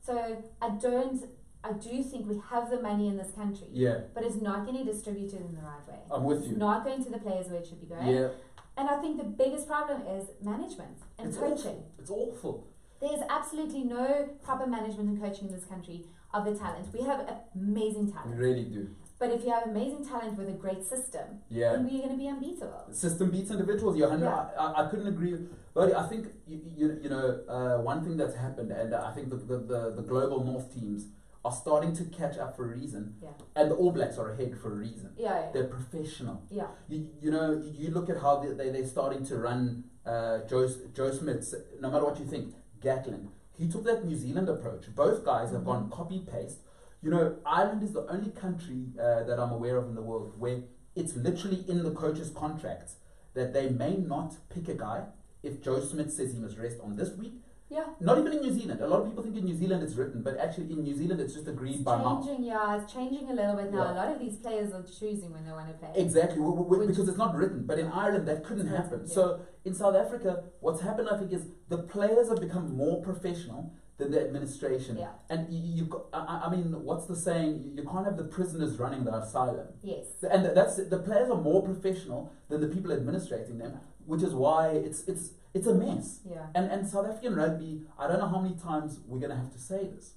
C: So I don't, I do think we have the money in this country,
A: yeah,
C: but it's not getting distributed in the right way.
A: I'm with
C: It's
A: you.
C: not going to the players where it should be going.
A: Yeah,
C: And I think the biggest problem is management and
A: it's
C: coaching.
A: awful. It's awful.
C: There's absolutely no proper management and coaching in this country of the talent. We have amazing
A: We
C: talent.
A: really do.
C: But if you have amazing talent with a great system,
A: Yeah.
C: then we're going to be unbeatable.
A: System beats individuals. You're hundred.
C: Yeah.
A: I, I, I couldn't agree. But I think you, you, you know uh, one thing that's happened, and I think the, the, the, the global north teams are starting to catch up for a reason,
C: Yeah.
A: and the All Blacks are ahead for a reason.
C: Yeah.
A: They're professional.
C: Yeah.
A: You, you know, you- you look at how they, they, they're starting to run uh, Joe, Joe Smith, no matter what you think, Gatlin. He took that New Zealand approach. Both guys have gone copy paste. You know, Ireland is the only country uh, that I'm aware of in the world where it's literally in the coach's contract that they may not pick a guy if Joe Smith says he must rest on this week.
C: Yeah.
A: Not even in New Zealand. A lot of people think in New Zealand it's written, but actually in New Zealand it's just agreed
C: It's
A: by mouth.
C: changing, yeah, it's changing a little bit now.
A: Yeah.
C: A lot of these players are choosing when they want to play.
A: Exactly, w- w- w-
C: Which-
A: because it's not written. But in Ireland, that couldn't
C: It's not
A: happen.
C: written,
A: So in South Africa, what's happened, I think, is the players have become more professional than the administration.
C: Yeah.
A: And you, you ca- I, I- I mean, what's the saying? You, you can't have the prisoners running the asylum.
C: Yes.
A: And th- that's the players are more professional than the people administrating them, which is why it's it's it's a mess.
C: Yeah.
A: And and South African rugby, I don't know how many times we're gonna have to say this.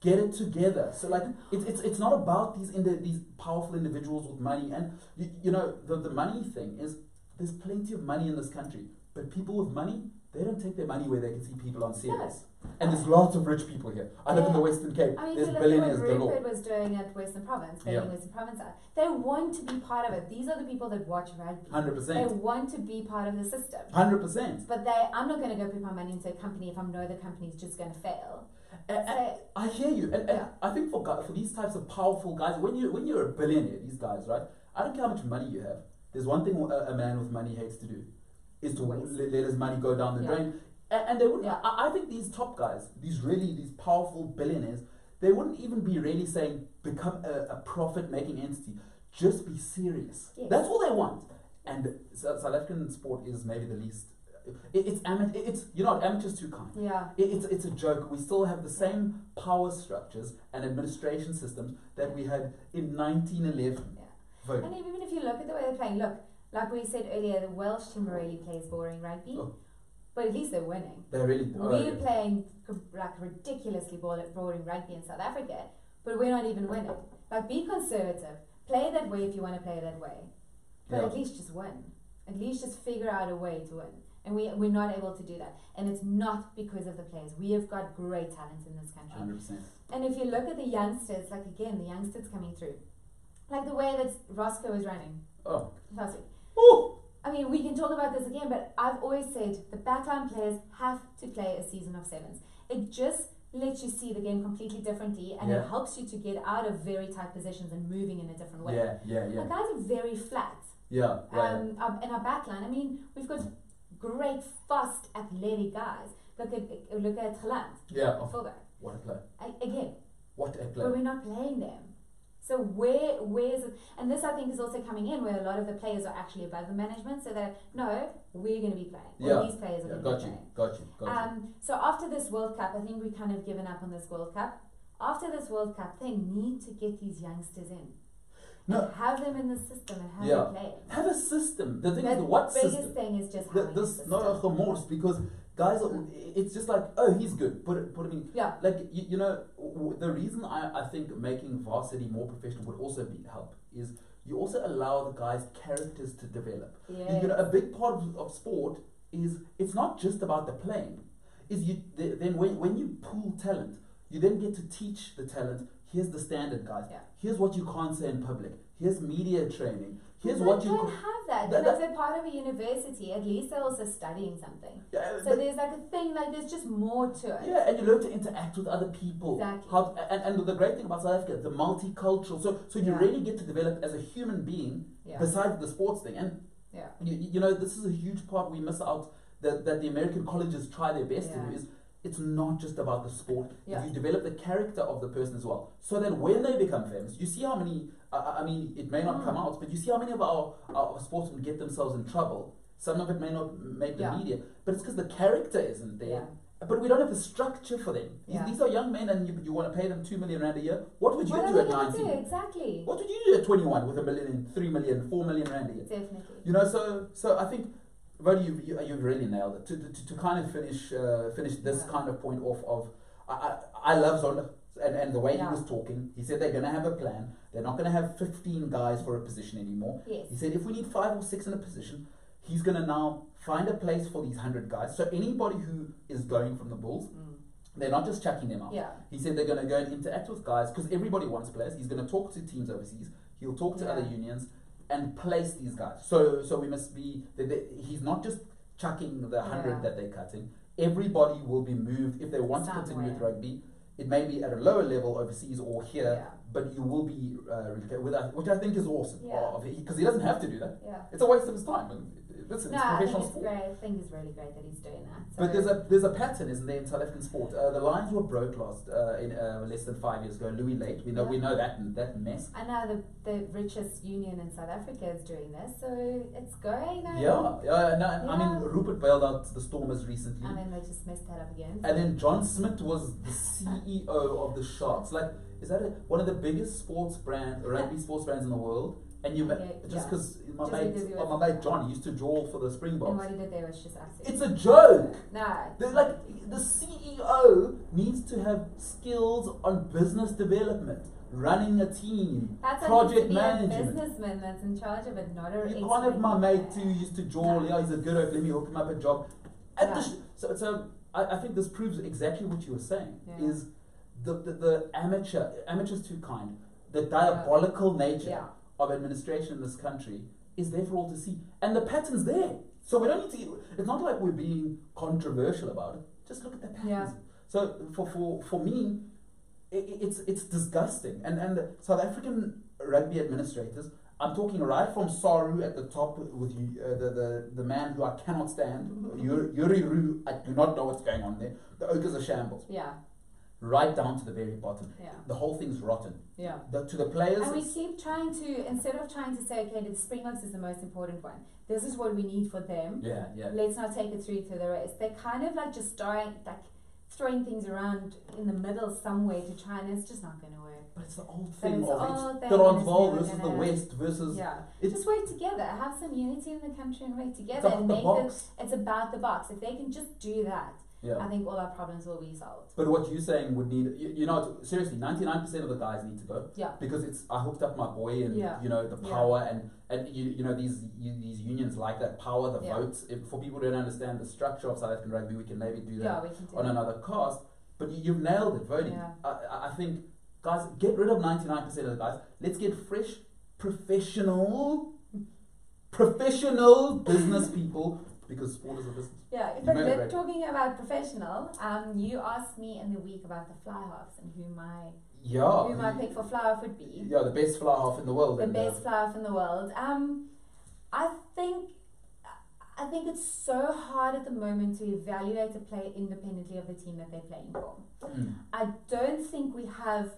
A: Get it together. So like it's it's it's not about these indi- these powerful individuals with money. And you, you know the the money thing is there's plenty of money in this country, but people with money they don't take their money where they can see people on serious. And there's lots of rich people here. I live in the
C: Yeah.
A: Western Cape.
C: I mean,
A: there's
C: if you look at
A: billionaires
C: what
A: galore.
C: Rupert was doing at Western Province,
A: Yeah.
C: yeah. Western Province, out, they want to be part of it. These are the people that watch rugby.
A: Hundred
C: They
A: percent.
C: want to be part of the system.
A: Hundred percent.
C: But they, I'm not going to go put my money into a company if I know the company's just going to fail.
A: And- and-
C: So,
A: I hear you, and, and
C: Yeah.
A: I think for guy, for these types of powerful guys, when you when you're a billionaire, these guys, right? I don't care how much money you have. There's one thing a, a man with money hates to do, is to
C: Waste.
A: let, let his money go down the
C: Yeah.
A: drain. And, and they wouldn't.
C: Yeah.
A: I, I think these top guys, these really these powerful billionaires, they wouldn't even be really saying become a, a profit making entity. Just be serious.
C: Yes.
A: That's all they want. And South South African sport is maybe the least. It, it's amateur. It's you know amateurs too kind.
C: yeah.
A: It- It's, it's a joke. We still have the same power structures and administration systems that we had in 1911.
C: Yeah.
A: Vote.
C: And even if you look at the way they're playing, look, like we said earlier, the Welsh team really plays boring rugby,
A: Oh.
C: but at least they're winning.
A: They really oh,
C: We're
A: yeah.
C: playing like ridiculously ball- boring rugby in South Africa, but we're not even winning. Like, be conservative. Play that way if you want to play that way, but
A: Yeah.
C: at least just win. At least just figure out a way to win. And we, we're not able to do that. And it's not because of the players. We have got great talent in this country.
A: 100%.
C: And if you look at the youngsters, like again, the youngsters coming through, like the way that Roscoe was running
A: Oh.
C: last week.
A: Ooh.
C: I mean, we can talk about this again, but I've always said the backline players have to play a season of sevens. It just lets you see the game completely differently and
A: Yeah.
C: it helps you to get out of very tight positions and moving in a different way.
A: Yeah, yeah, yeah.
C: Our guys are very flat.
A: Yeah, yeah.
C: Um, our, in our backline, I mean, we've got great, fast, athletic guys. Look at look at Geland,
A: yeah. Oh,
C: fullback.
A: what a play.
C: A- Again,
A: What a
C: but
A: play.
C: we're not playing them. So where where is it? And this I think is also coming in where a lot of the players are actually above the management, so that no, we're going to be playing.
A: Yeah.
C: Or these players are
A: Yeah,
C: going to
A: got
C: be
A: you,
C: playing.
A: got you, got you.
C: Um, so after this World Cup, I think we kind of given up on this World Cup. After this World Cup, they need to get these youngsters in.
A: No.
C: And have them in the system and have
A: Yeah.
C: them play.
A: Have a system. The thing
C: The
A: is, what
C: biggest
A: system?
C: thing is just
A: The,
C: having a
A: this
C: system.
A: not a remorse because guys, are, it's just like, oh, he's good. Put it, put him in.
C: yeah.
A: Like you, you know, w- the reason I, I think making varsity more professional would also be help is you also allow the guys' characters to develop.
C: Yeah.
A: You know, a big part of, of sport is it's not just about the playing. Is you th- then when when you pool talent, you then get to teach the talent here's the standard, guys.
C: Yeah.
A: Here's what you can't say in public. Here's media training. Here's
C: But
A: what you.
C: don't
A: ca-
C: have
A: That-
C: that. you know,
A: that-
C: they're part of a university. At least they're also studying something.
A: Yeah,
C: So
A: but-
C: there's like a thing, like there's just more to it.
A: Yeah, and you learn to interact with other people.
C: Exactly.
A: How, and, and the great thing about South Africa, the multicultural. So, so you
C: Yeah.
A: really get to develop as a human being
C: Yeah.
A: besides the sports thing. And
C: Yeah.
A: you, you you know, this is a huge part we miss out that, that the American colleges try their best to
C: Yeah.
A: do is it's not just about the sport.
C: Yeah.
A: You develop the character of the person as well. So that when they become famous, you see how many, I- I I mean, it may
C: Hmm.
A: not come out, but you see how many of our, our sportsmen get themselves in trouble. Some of it may not make the
C: Yeah.
A: media, but it's because the character isn't there. But we don't have the structure for them. These-
C: Yeah.
A: These are young men, and you, you want to pay them two million rand a year. What would you
C: What are
A: do
C: they
A: at
C: going to do?
A: nineteen?
C: Exactly.
A: What would you do at twenty-one with a million, three million, four million rand a year?
C: Definitely.
A: You know, so so I think, Rody, you, you you've really nailed it. To to, to kind of finish uh, finish this
C: Yeah.
A: kind of point off of, I I, I love Zonda and, and the way
C: Yeah.
A: he was talking. He said they're going to have a plan. They're not going to have fifteen guys for a position anymore.
C: Yes.
A: He said if we need five or six in a position, he's going to now find a place for these hundred guys. So anybody who is going from the Bulls, they're not just chucking them out.
C: Yeah.
A: He said they're going to go and interact with guys because everybody wants players. He's going to talk to teams overseas. He'll talk to
C: Yeah.
A: other unions and place these guys. So so we must be. They, they, he's not just chucking the hundred
C: Yeah.
A: that they're cutting. Everybody will be moved if they want to continue with
C: Somewhere.
A: rugby. It may be at a lower level overseas or here,
C: Yeah.
A: but you will be uh, relocated with us, which I think is awesome.
C: Yeah.
A: Because he doesn't have to do that.
C: Yeah.
A: It's a waste of his time. And Listen,
C: No,
A: it's
C: I think
A: professional
C: it's
A: sport.
C: great. I think it's really great that he's doing that.
A: But
C: So-
A: there's a there's a pattern, isn't there, in South African sport? Uh, the Lions were broke last uh, in uh, less than five years ago. Louis Late, we know we
C: Yeah.
A: know that that mess.
C: I know the, the richest union in South Africa is doing this, so it's going. I
A: Yeah, yeah. No, I mean
C: Yeah.
A: Rupert bailed out the Stormers recently,
C: And then they just messed that up again.
A: and then John Smith was the CEO of the Sharks. Like, is that a, one of the biggest sports brand rugby sports brands in the world? And you ma-
C: Yeah,
A: just
C: yeah.
A: because my
C: Just
A: mate,
C: because he
A: oh,
C: was-
A: my mate John used to draw for the
C: and what
A: Springboks.
C: he did there was just absolutely.
A: It's a joke.
C: No.
A: They're like the CEO needs to have skills on business development, running a team,
C: That's why you need to
A: project
C: be a
A: management.
C: businessman that's in charge of it, not a.
A: You
C: ex-
A: can't have my mate too used to jaw. Yeah, he's a good oak. Let me hook him up a job. At the
C: Yeah.
A: sh- so, so I, I think this proves exactly what you were saying
C: Yeah.
A: is the, the the amateur amateurs too kind. The diabolical nature
C: Yeah.
A: of administration in this country is there for all to see, and the pattern's there. So we don't need to. It's not like we're being controversial about it. Just look at the patterns.
C: Yeah.
A: So for for for me, i- i- it's it's disgusting. And and the South African rugby administrators, I'm talking right from Saru at the top with you, uh, the, the the man who I cannot stand, Yuri, Yuri Roo. I do not know what's going on there. The Oakers are shambles,
C: Yeah,
A: right down to the very bottom.
C: yeah,
A: The whole thing's rotten.
C: yeah.
A: The, to the players,
C: And we keep trying to, instead of trying to say, okay, the Springboks is the most important one. This is what we need for them.
A: yeah, yeah.
C: Let's not take it through to the rest. They're kind of like just throwing, like throwing things around in the middle somewhere to try, and it's just not going to work.
A: But it's the old
C: But
A: thing
C: it's
A: of
C: the
A: it's
C: old
A: the
C: thing and it's
A: Transvaal
C: never
A: versus the
C: gonna-
A: West versus
C: Yeah,
A: It's-
C: just work together. Have some unity in the country and work
A: it's
C: together
A: about
C: and
A: the
C: make this.
A: box.
C: It's about the box. If they can just do that,
A: Yeah.
C: I think all our problems will be solved.
A: But what you're saying would need, you, you know, it's- seriously, 99% of the guys need to go.
C: Yeah.
A: Because it's, I hooked up my boy and,
C: Yeah.
A: you know, the
C: Yeah.
A: power and, and you, you know, these you, these unions like that power, the
C: Yeah.
A: votes. If, for people who don't understand the structure of South African rugby, we can maybe do
C: Yeah,
A: that
C: we can do
A: on
C: that.
A: another cast. But you, you've nailed it, Verdi.
C: Yeah.
A: I I, I think, guys, get rid of 99% of the guys. Let's get fresh, professional, professional business people because sport is a business.
C: Yeah, if
A: You
C: but
A: made it
C: we're
A: right.
C: talking about professional, um, you asked me in the week about the fly halves and who my
A: Yeah.
C: who my pick for fly half would be.
A: Yeah, the best flower half in the world.
C: the
A: and, uh,
C: best fly half in the world. Um, I think I think it's so hard at the moment to evaluate a player independently of the team that they're playing for.
A: mm,
C: I don't think we have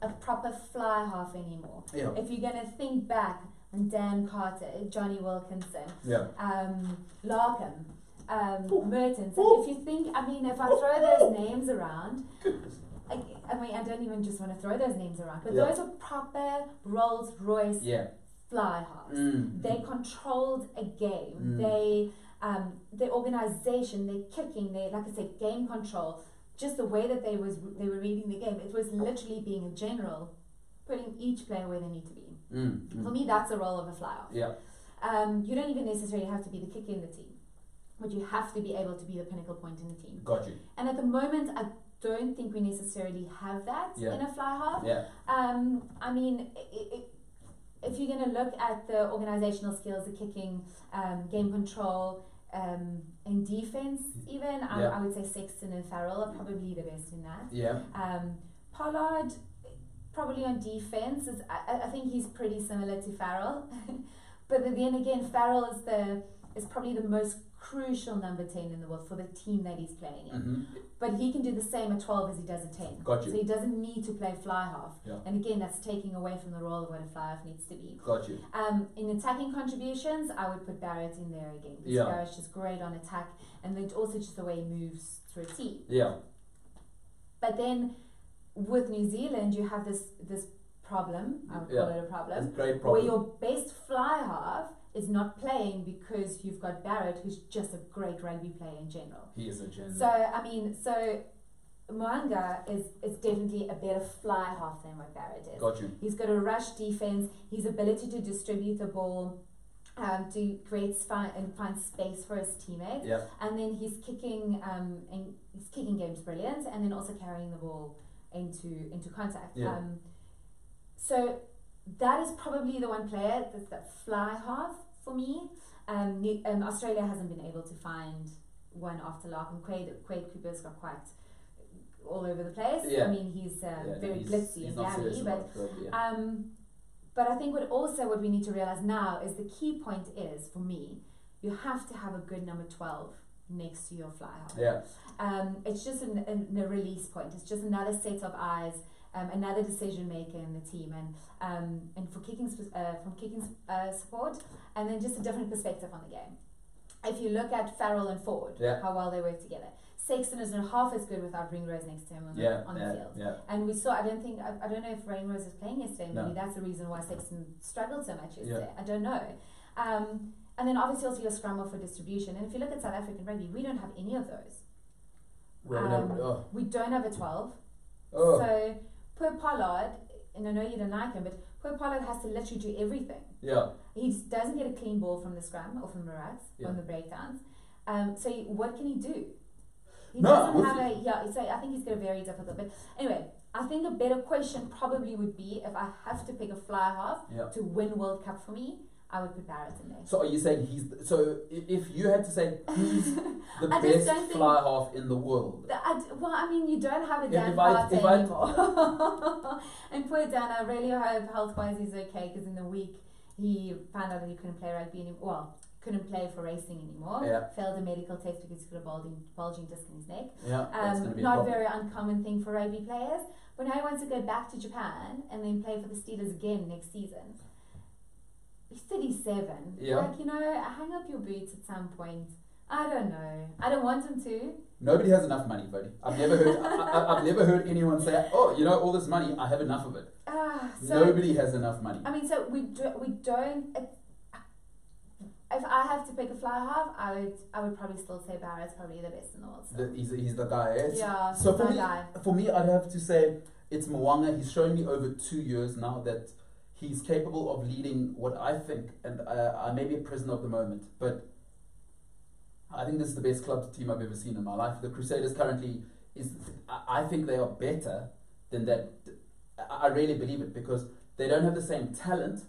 C: a proper fly half anymore.
A: yeah.
C: If you're going to think back on Dan Carter, Johnny Wilkinson,
A: Yeah.
C: um, Larkham, um,
A: Ooh.
C: Mertens,
A: Ooh.
C: and if you think, I mean, if I throw those names around, I, I mean, I don't even just want to throw those names around, but
A: Yeah.
C: those are proper Rolls Royce
A: Yeah.
C: fly halves.
A: Mm.
C: They controlled a game.
A: Mm.
C: They, um, their organization, their kicking, their like I said, game control. Just the way that they was they were reading the game. It was literally being a general, putting each player where they need to be.
A: Mm.
C: For
A: Mm.
C: me, that's the role of a fly half.
A: Yeah.
C: Um, you don't even necessarily have to be the kicker in the team, but you have to be able to be the pinnacle point in the team.
A: Got you.
C: And at the moment, I don't think we necessarily have that
A: Yeah.
C: in a fly half.
A: Yeah.
C: Um, I mean, i i if you're going to look at the organizational skills, the kicking, um, game control, um, and defense, even, I,
A: Yeah.
C: I would say Sexton and Farrell are probably the best in that.
A: Yeah.
C: Um, Pollard, probably on defense, is, I, I- I think he's pretty similar to Farrell. but then again, Farrell is the is probably the most crucial number 10 in the world for the team that he's playing in.
A: hmm
C: But he can do the same at 12 as he does at 10.
A: Got you.
C: So he doesn't need to play fly half.
A: Yeah.
C: And again, that's taking away from the role of what a fly half needs to be.
A: Got you.
C: Um, in attacking contributions, I would put Barrett in there again. Because
A: Yeah.
C: Barrett's just great on attack. And then also just the way he moves through a tee.
A: Yeah.
C: But then with New Zealand, you have this this problem. I would call
A: Yeah.
C: it a
A: That's
C: problem,
A: a great
C: where
A: problem.
C: your best fly half is not playing because you've got Barrett, who's just a great rugby player in general.
A: he is a general.
C: So I mean, so Moanga is is definitely a better fly half than what Barrett is.
A: Got you.
C: He's got a rush defense. His ability to distribute the ball, um, to create spa- and find space for his teammates
A: Yeah.
C: and then he's kicking um and his kicking game's brilliant and then also carrying the ball into into contact
A: Yeah.
C: um so that is probably the one player that's that fly half for me um, New, um australia hasn't been able to find one after larkin quade quade cooper's got quite all over the place
A: Yeah.
C: i mean he's um,
A: yeah,
C: very
A: he's,
C: glitzy
A: he's
C: and
A: not serious
C: glammy but
A: about rugby, yeah.
C: um, but I think what also what we need to realize now is the key point is for me, you have to have a good number twelve next to your fly half.
A: yeah.
C: Um, it's just an, an, a release point. It's just another set of eyes, um, another decision maker in the team, and um, and for kicking sp- uh, from kicking uh, support, and then just a different perspective on the game. If you look at Farrell and Ford,
A: Yeah.
C: how well they work together. Sexton is not half as good without Ringrose next to him on,
A: Yeah.
C: the, on
A: yeah.
C: the field.
A: Yeah.
C: And we saw, I don't think, I, I don't know if Rainrose was playing yesterday.
A: No.
C: Maybe that's the reason why Sexton struggled so much
A: Yeah.
C: yesterday. I don't know. Um, and then obviously also your scrum off for distribution. And if you look at South African rugby, we don't have any of those.
A: Well, no,
C: Um,
A: oh.
C: We don't have a 12.
A: Oh.
C: So poor Pollard, and I know you don't like him, but poor Pollard has to literally do everything.
A: yeah.
C: He just doesn't get a clean ball from the scrum or from the rucks,
A: Yeah.
C: from the breakdowns. Um, so you- what can he do? He
A: No, I'm
C: doesn't
A: with
C: have a yeah. So I think he's got a very difficult. But anyway, I think a better question probably would be if I have to pick a fly half
A: Yeah.
C: to win World Cup for me, I would put Barrett in there.
A: So are you saying he's the, so? i- If you had to say who's the
C: I just
A: best
C: don't think-
A: fly half in the world,
C: The- I d well, I mean, you don't have a
A: Yeah,
C: Dan
A: if I-
C: Carter
A: if I-
C: anymore. and poor Dan, I really hope health-wise he's okay because in the week he found out that he couldn't play rugby anymore. Well, couldn't play for racing anymore.
A: Yeah.
C: Failed a medical test because he's got a bulging, bulging disc in his neck.
A: yeah, that's going
C: Um,
A: to be a
C: not a
A: problem.
C: very uncommon thing for rugby players. But now he wants to go back to Japan and then play for the Steelers again next season. He's 37.
A: Yeah.
C: Like, you know, hang up your boots at some point. I don't know. I don't want him to.
A: Nobody has enough money, buddy. I've never heard. I, I, I've never heard anyone say, "Oh, you know, all this money, I have enough of it."
C: Ah, so
A: Nobody has enough money.
C: I mean, so we do, we don't. It, if I have to pick a fly half, I would I would probably still say Barrett's probably the best in the world.
A: The- he's, he's the guy. eh?
C: yeah,
A: So for
C: my
A: me,
C: guy.
A: for me, I'd have to say it's Mwanga. He's shown me over two years now that he's capable of leading what I think, and uh, I, I may be a prisoner of the moment, but I think this is the best club team I've ever seen in my life. The Crusaders currently is, I I think they are better than that. I I really believe it because they don't have the same talent,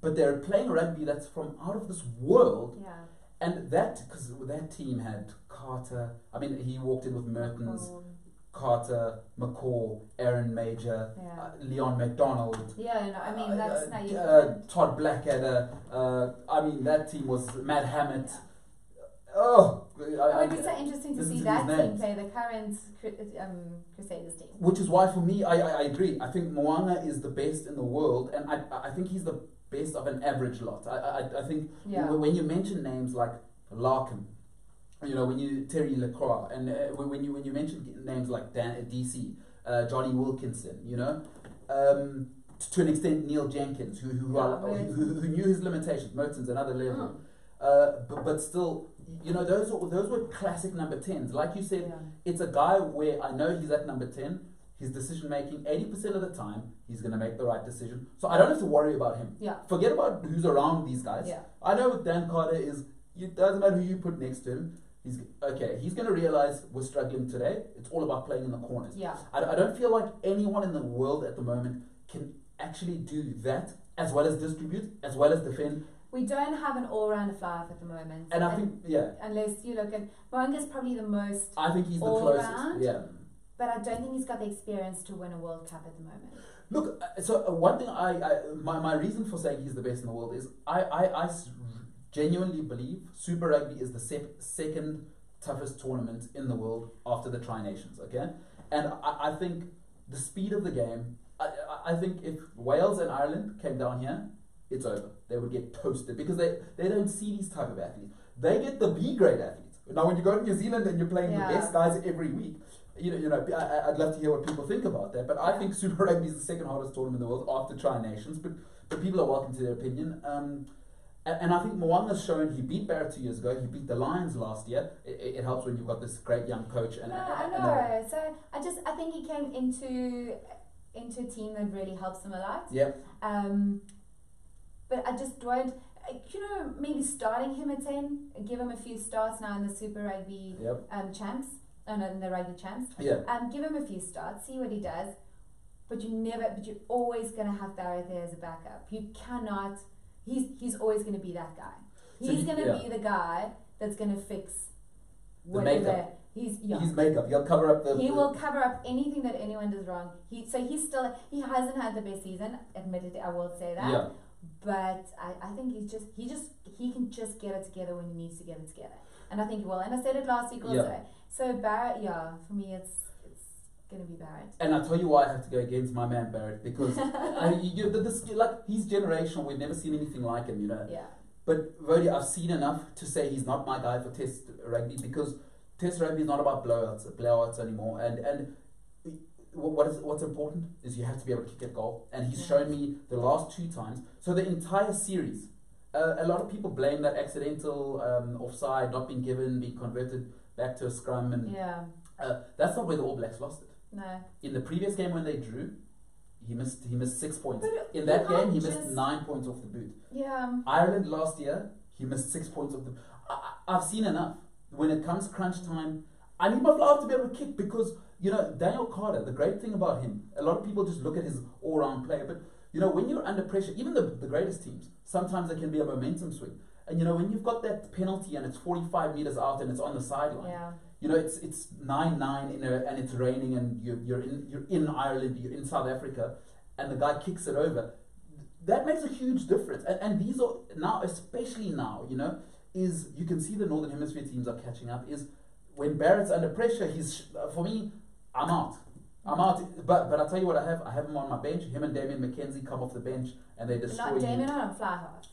A: but they're playing rugby that's from out of this world.
C: Yeah.
A: And that, because that team had Carter. I mean, he walked in with Mertens,
C: Um,
A: Carter, McCaw, Aaron Major,
C: Yeah.
A: uh, Leon McDonald.
C: Yeah, no, I mean
A: uh,
C: that's
A: uh,
C: not
A: d-
C: you.
A: uh, Todd Blackadder. Uh, I mean, that team was Matt Hammett. Oh, I,
C: it
A: I-
C: would be so interesting to
A: listen
C: see
A: to
C: that
A: these
C: team
A: names.
C: play the current Cru- um, Crusaders team.
A: which is why, for me, I, I, I agree. I think Moanga is the best in the world, and I, I- I think he's the best of an average lot. I, I, I- I think
C: Yeah.
A: When- When you mention names like Larkin, you know, when you Terry Lacroix, and uh, when when you when you mention names like Dan, uh, DC, uh, Johnny Wilkinson, you know, um, t- to an extent Neil Jenkins, who who,
C: Yeah,
A: are-
C: Mertens.
A: who, who knew his limitations, Mertens another
C: Uh-huh.
A: level, uh, but, but still, you know, those were, those were classic number tens. Like you said,
C: Yeah.
A: it's a guy where I know he's at number 10. His decision making, 80% of the time, he's going to make the right decision. So I don't have to worry about him.
C: Yeah.
A: Forget about who's around these guys.
C: Yeah.
A: I know with Dan Carter is, it doesn't matter who you put next to him. He's okay. He's going to realize we're struggling today. It's all about playing in the corners.
C: Yeah.
A: I, I don't feel like anyone in the world at the moment can actually do that as well as distribute, as well as defend.
C: We don't have an all rounder five at the moment.
A: And I think, yeah,
C: unless you look at Mwanga's probably the most,
A: I think he's the
C: All
A: closest.
C: round?
A: Yeah.
C: but I don't think he's got the experience to win a World Cup at the moment.
A: Look, uh, so uh, one thing I, I my, my reason for saying he's the best in the world is I, I, I s- genuinely believe Super Rugby is the sep- second toughest tournament in the world after the Tri Nations, okay? And I, I think the speed of the game, I, I- I think if Wales and Ireland came down here, it's over. They would get toasted because they, they don't see these type of athletes. They get the B grade athletes. Now, when you go to New Zealand and you're playing
C: Yeah.
A: the best guys every week, you know, you know, I- I, I'd love to hear what people think about that. But I think Super Rugby is the second hardest tournament in the world after Tri Nations. But but people are welcome to their opinion. Um, and, and I think Mwanga's shown he beat Barrett two years ago. He beat the Lions last year. It, it it helps when you've got this great young coach. And,
C: No,
A: and-
C: I
A: and-
C: know. So I just I think he came into into a team that really helps him a lot.
A: yeah,
C: Um, but I just don't. uh, You know, maybe starting him at ten, give him a few starts now in the Super Rugby
A: yeah,
C: um, champs, oh, no, in the Rugby champs.
A: yeah.
C: Um, give him a few starts, see what he does. But you never, but you're always gonna have Barrett there as a backup. You cannot. He's he's always gonna be that guy.
A: So
C: He's
A: he-
C: gonna
A: yeah.
C: be the guy that's gonna fix
A: The
C: whatever.
A: makeup.
C: He's yeah.
A: He's makeup. He'll cover up the.
C: He
A: the-
C: will cover up anything that anyone does wrong. He so he's still he hasn't had the best season. Admittedly, I will say that.
A: Yeah.
C: But I, I think he's just he just he can just get it together when he needs to get it together. And I think he will. And I said it last week also.
A: Yeah.
C: So Barrett, yeah, for me it's it's gonna be Barrett.
A: And I tell you why I have to go against my man Barrett because I, you, you, this, like he's generational. We've never seen anything like him. You know,
C: Yeah.
A: But Rody, I've seen enough to say he's not my guy for Test rugby because Test rugby is not about blowouts, blowouts anymore. And and wh- what is what's important is you have to be able to kick a goal. And he's shown me the last two times. So the entire series, uh, a lot of people blame that accidental um, offside, not being given, being converted back to a scrum, and
C: Yeah.
A: uh, that's not where the All Blacks lost it.
C: No.
A: In the previous game when they drew, he missed he missed six points.
C: But
A: In that
C: you
A: game, he
C: can't
A: missed
C: just-
A: nine points off the boot.
C: Yeah. um,
A: Ireland last year, he missed six points of the. I, I- I've seen enough. When it comes crunch time, I need my flower to be able to kick because, you know, Daniel Carter, the great thing about him, a lot of people just look at his all round play, but, you know, when you're under pressure, even the, the greatest teams, sometimes there can be a momentum swing. And, you know, when you've got that penalty and it's 45 meters out and it's on the sideline,
C: Yeah.
A: you know, it's it's nine nine in a, and it's raining and you're you're in you're in Ireland, you're in South Africa, and the guy kicks it over. That makes a huge difference. And, and these are now, especially now, you know, is you can see the Northern Hemisphere teams are catching up. Is when Barrett's under pressure, he's uh, for me, I'm out. I'm out. But but I tell you what, I have I have him on my bench. Him and Damien McKenzie come off the bench and they
C: But
A: destroy
C: not
A: you.
C: Damon on fly half.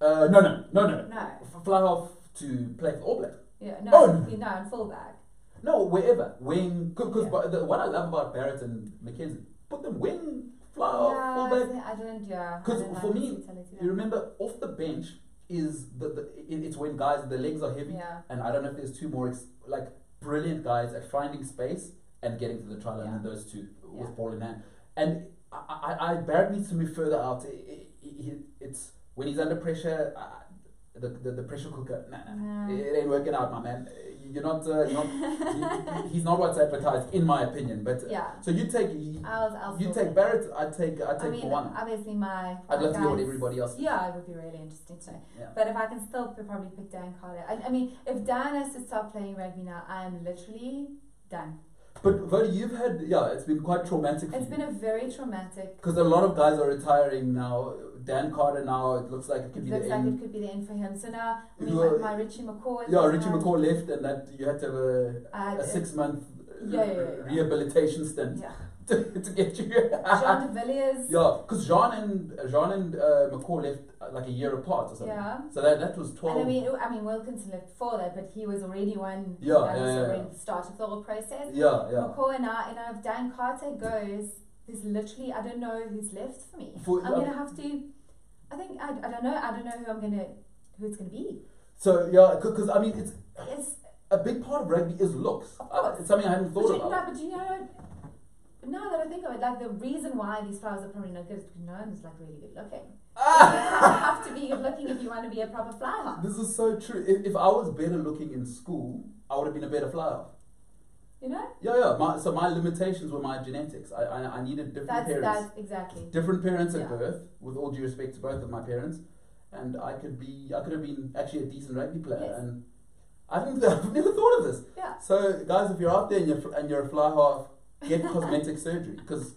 A: Uh, no no no no.
C: No.
A: F- Fly off to play for All Blacks.
C: Yeah. No.
A: Oh, no.
C: you know, on fullback.
A: No, wherever. Wing. Because
C: Yeah.
A: the what I love about Barrett and McKenzie, put them wing, fly
C: yeah,
A: off, fullback.
C: I didn't. Yeah. I
A: 'Cause
C: didn't
A: for
C: like
A: me,
C: his mentality
A: You
C: there.
A: remember, off the bench is the, the it, it's when guys the legs are heavy,
C: Yeah.
A: and I don't know if there's two more ex- like brilliant guys at finding space and getting to the try line
C: Yeah.
A: than those two
C: Yeah.
A: with ball in hand. And I, I, I Barrett needs to move further out. I- I- I- it's when he's under pressure. I, I- the, the, the pressure cooker, nah, nah, nah.
C: Yeah.
A: it ain't working out, my man. You're not, uh, you're not he- he's not what's advertised, in my opinion. But
C: Yeah.
A: so you take you,
C: I'll, I'll
A: you
C: sort
A: take
C: it.
A: Barrett, I take I
C: I
A: take
C: mean,
A: Moana.
C: obviously my.
A: I'd love to hear what
C: guys-
A: everybody else.
C: Yeah, it would be really interesting to know.
A: Yeah.
C: But if I can still p- probably pick Dan Carter. I, I mean, if Dan has to stop playing rugby now, I am literally done.
A: But Vodi, you've had yeah, it's been quite traumatic.
C: It's been a very traumatic.
A: because a lot of guys are retiring now. Dan Carter now it looks like it could be
C: looks
A: the
C: like
A: end.
C: it could be the end for him. So now, I
A: You
C: mean,
A: were-
C: my, my Richie McCaw. is
A: yeah,
C: gone.
A: Richie McCaw left, and that you had to have a,
C: Uh,
A: a six month
C: yeah, yeah, yeah.
A: rehabilitation stint
C: Yeah.
A: to, to get you.
C: John de Villiers.
A: Yeah, because Jean and Jean and uh, McCaw left uh, like a year apart or something.
C: Yeah.
A: So that that was twelve.
C: And I mean, I mean, Wilkinson left before that, but he was already one.
A: Yeah,
C: that
A: yeah,
C: was
A: yeah,
C: already
A: yeah.
C: the start of the whole process.
A: yeah, yeah.
C: McCaw and I, and if Dan Carter goes, there's literally I don't know who's left for me.
A: For- uh,
C: I'm gonna have to. I think I, I don't know. I don't know who I'm gonna who it's gonna be.
A: So yeah, because I mean, it's
C: It's
A: a big part of rugby is looks.
C: Of
A: Uh,
C: course.
A: it's something I hadn't
C: but
A: thought
C: you,
A: about.
C: no, but you know, now that I think of it, like the reason why these flowers are probably not good is because no one's like really good looking.
A: Ah!
C: you have to be good looking if you want to be a proper fly half.
A: This is so true. If, if I was better looking in school, I would have been a better flyer.
C: You know?
A: Yeah, yeah. My, so my limitations were my genetics. I, I, I needed different
C: That's
A: parents.
C: that's exactly.
A: Different parents at
C: Yeah.
A: birth, with all due respect to both of my parents, and I could be, I could have been actually a decent rugby player,
C: Yes.
A: and I didn't, I've never thought of this.
C: Yeah.
A: So guys, if you're out there and you're and you're a fly half, get cosmetic surgery because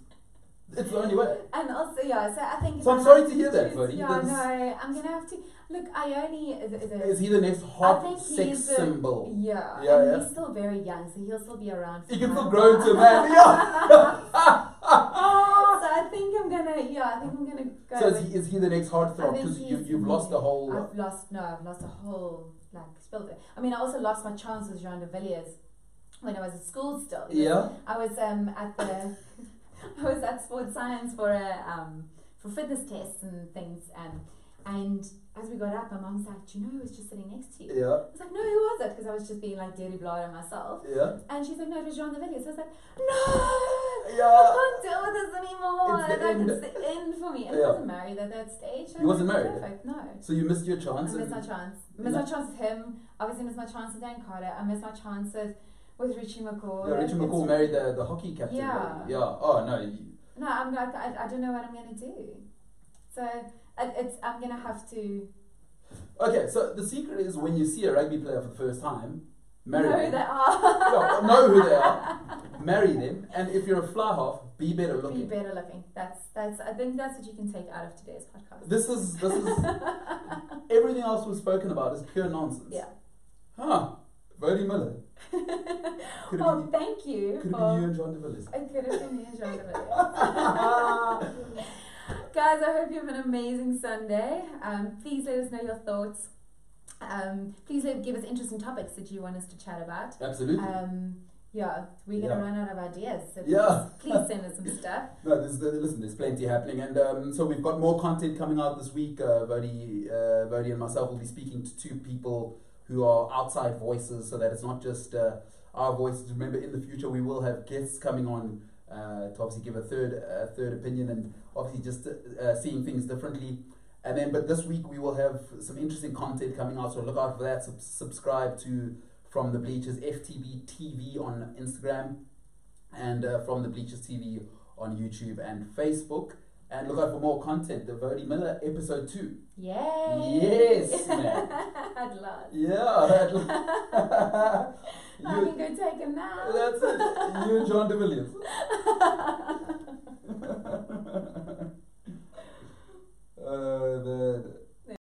A: it's the only way.
C: And also, yeah, so I think.
A: So I'm
C: if I
A: sorry
C: have
A: to hear that,
C: choose-
A: buddy.
C: Yeah,
A: That's-
C: no, I'm going to have to. Look, Ione is, is a.
A: Is he the next
C: I
A: hot
C: think
A: sex
C: he's a-
A: symbol?
C: yeah,
A: Yeah,
C: and
A: yeah.
C: he's still very young, so he'll still be around. for
A: He can
C: quite
A: still
C: a
A: grow into a
C: while.
A: man. Yeah.
C: Oh, so I think I'm gonna, yeah, I think I'm gonna go.
A: So is
C: with-
A: he, is he the next heartthrob?
C: I think
A: Because you,
C: he's-
A: you've lost the whole. uh,
C: I've lost, no, I've lost a whole, like, spilled it. I mean, I also lost my chance with Jean de Villiers when I was at school still. because
A: Yeah.
C: I was um, at the I was at sports science for a um, for fitness tests and things um, and as we got up, my mum's like, "Do you know who was just sitting next to you?"
A: Yeah.
C: I was like, "No, who was it?" Because I was just being like dirty blood on myself.
A: Yeah.
C: And she's like, "No, it was John the video." So I was like, "No,
A: Yeah.
C: I can't deal with this anymore."
A: It's the
C: like,
A: end.
C: it's the end for me. And
A: Yeah.
C: I wasn't married at that stage. so
A: You wasn't
C: it's
A: married?
C: Perfect. No.
A: So you missed your
C: I
A: chance.
C: missed
A: and-
C: my chance. I missed
A: No.
C: my chance with him. Obviously, missed my chance with Dan Carter. I missed my chances with Richie McCaw.
A: yeah, Richard
C: It's-
A: McCaw married the, the hockey captain.
C: Yeah.
A: right? Yeah. Oh no. you-
C: No, I'm like I, I don't know what I'm gonna do. So it, it's I'm gonna have to
A: Okay. So the secret is when you see a rugby player for the first time, marry
C: know who
A: them.
C: they are.
A: Yeah, know who they are. Marry them, and if you're a fly half, be better looking.
C: Be better looking. That's that's I think that's what you can take out of today's podcast.
A: This is this is everything else we've spoken about is pure nonsense.
C: Yeah.
A: Huh. Verdi Miller. Could have
C: well,
A: been,
C: thank you
A: could have been you
C: for.
A: and John DeVillis.
C: It could have been me, Jean de Villiers. Guys, I hope you have an amazing Sunday. Um, please let us know your thoughts. Um, please let, give us interesting topics that you want us to chat about.
A: Absolutely.
C: Um, yeah, we're gonna
A: Yeah.
C: run out of ideas, so
A: Yeah.
C: please, please send us some stuff.
A: No, there's, there- listen, there's plenty happening, and um, so we've got more content coming out this week. Uh, Vodi, uh, Vodi and myself will be speaking to two people who are outside voices, so that it's not just uh, our voices. Remember, in the future, we will have guests coming on uh, to obviously give a third, a third opinion, and obviously just uh, uh, seeing things differently. And then, but this week we will have some interesting content coming out, so look out for that. Sub- subscribe to From the Bleachers FTB TV on Instagram, and uh, From the Bleachers TV on YouTube and Facebook. And look out for more content. The Vody Miller episode two.
C: Yay!
A: Yes, man.
C: At last.
A: Yeah, that,
C: I
A: you,
C: can go take a nap.
A: that's it. You and John De Villiers. Uh,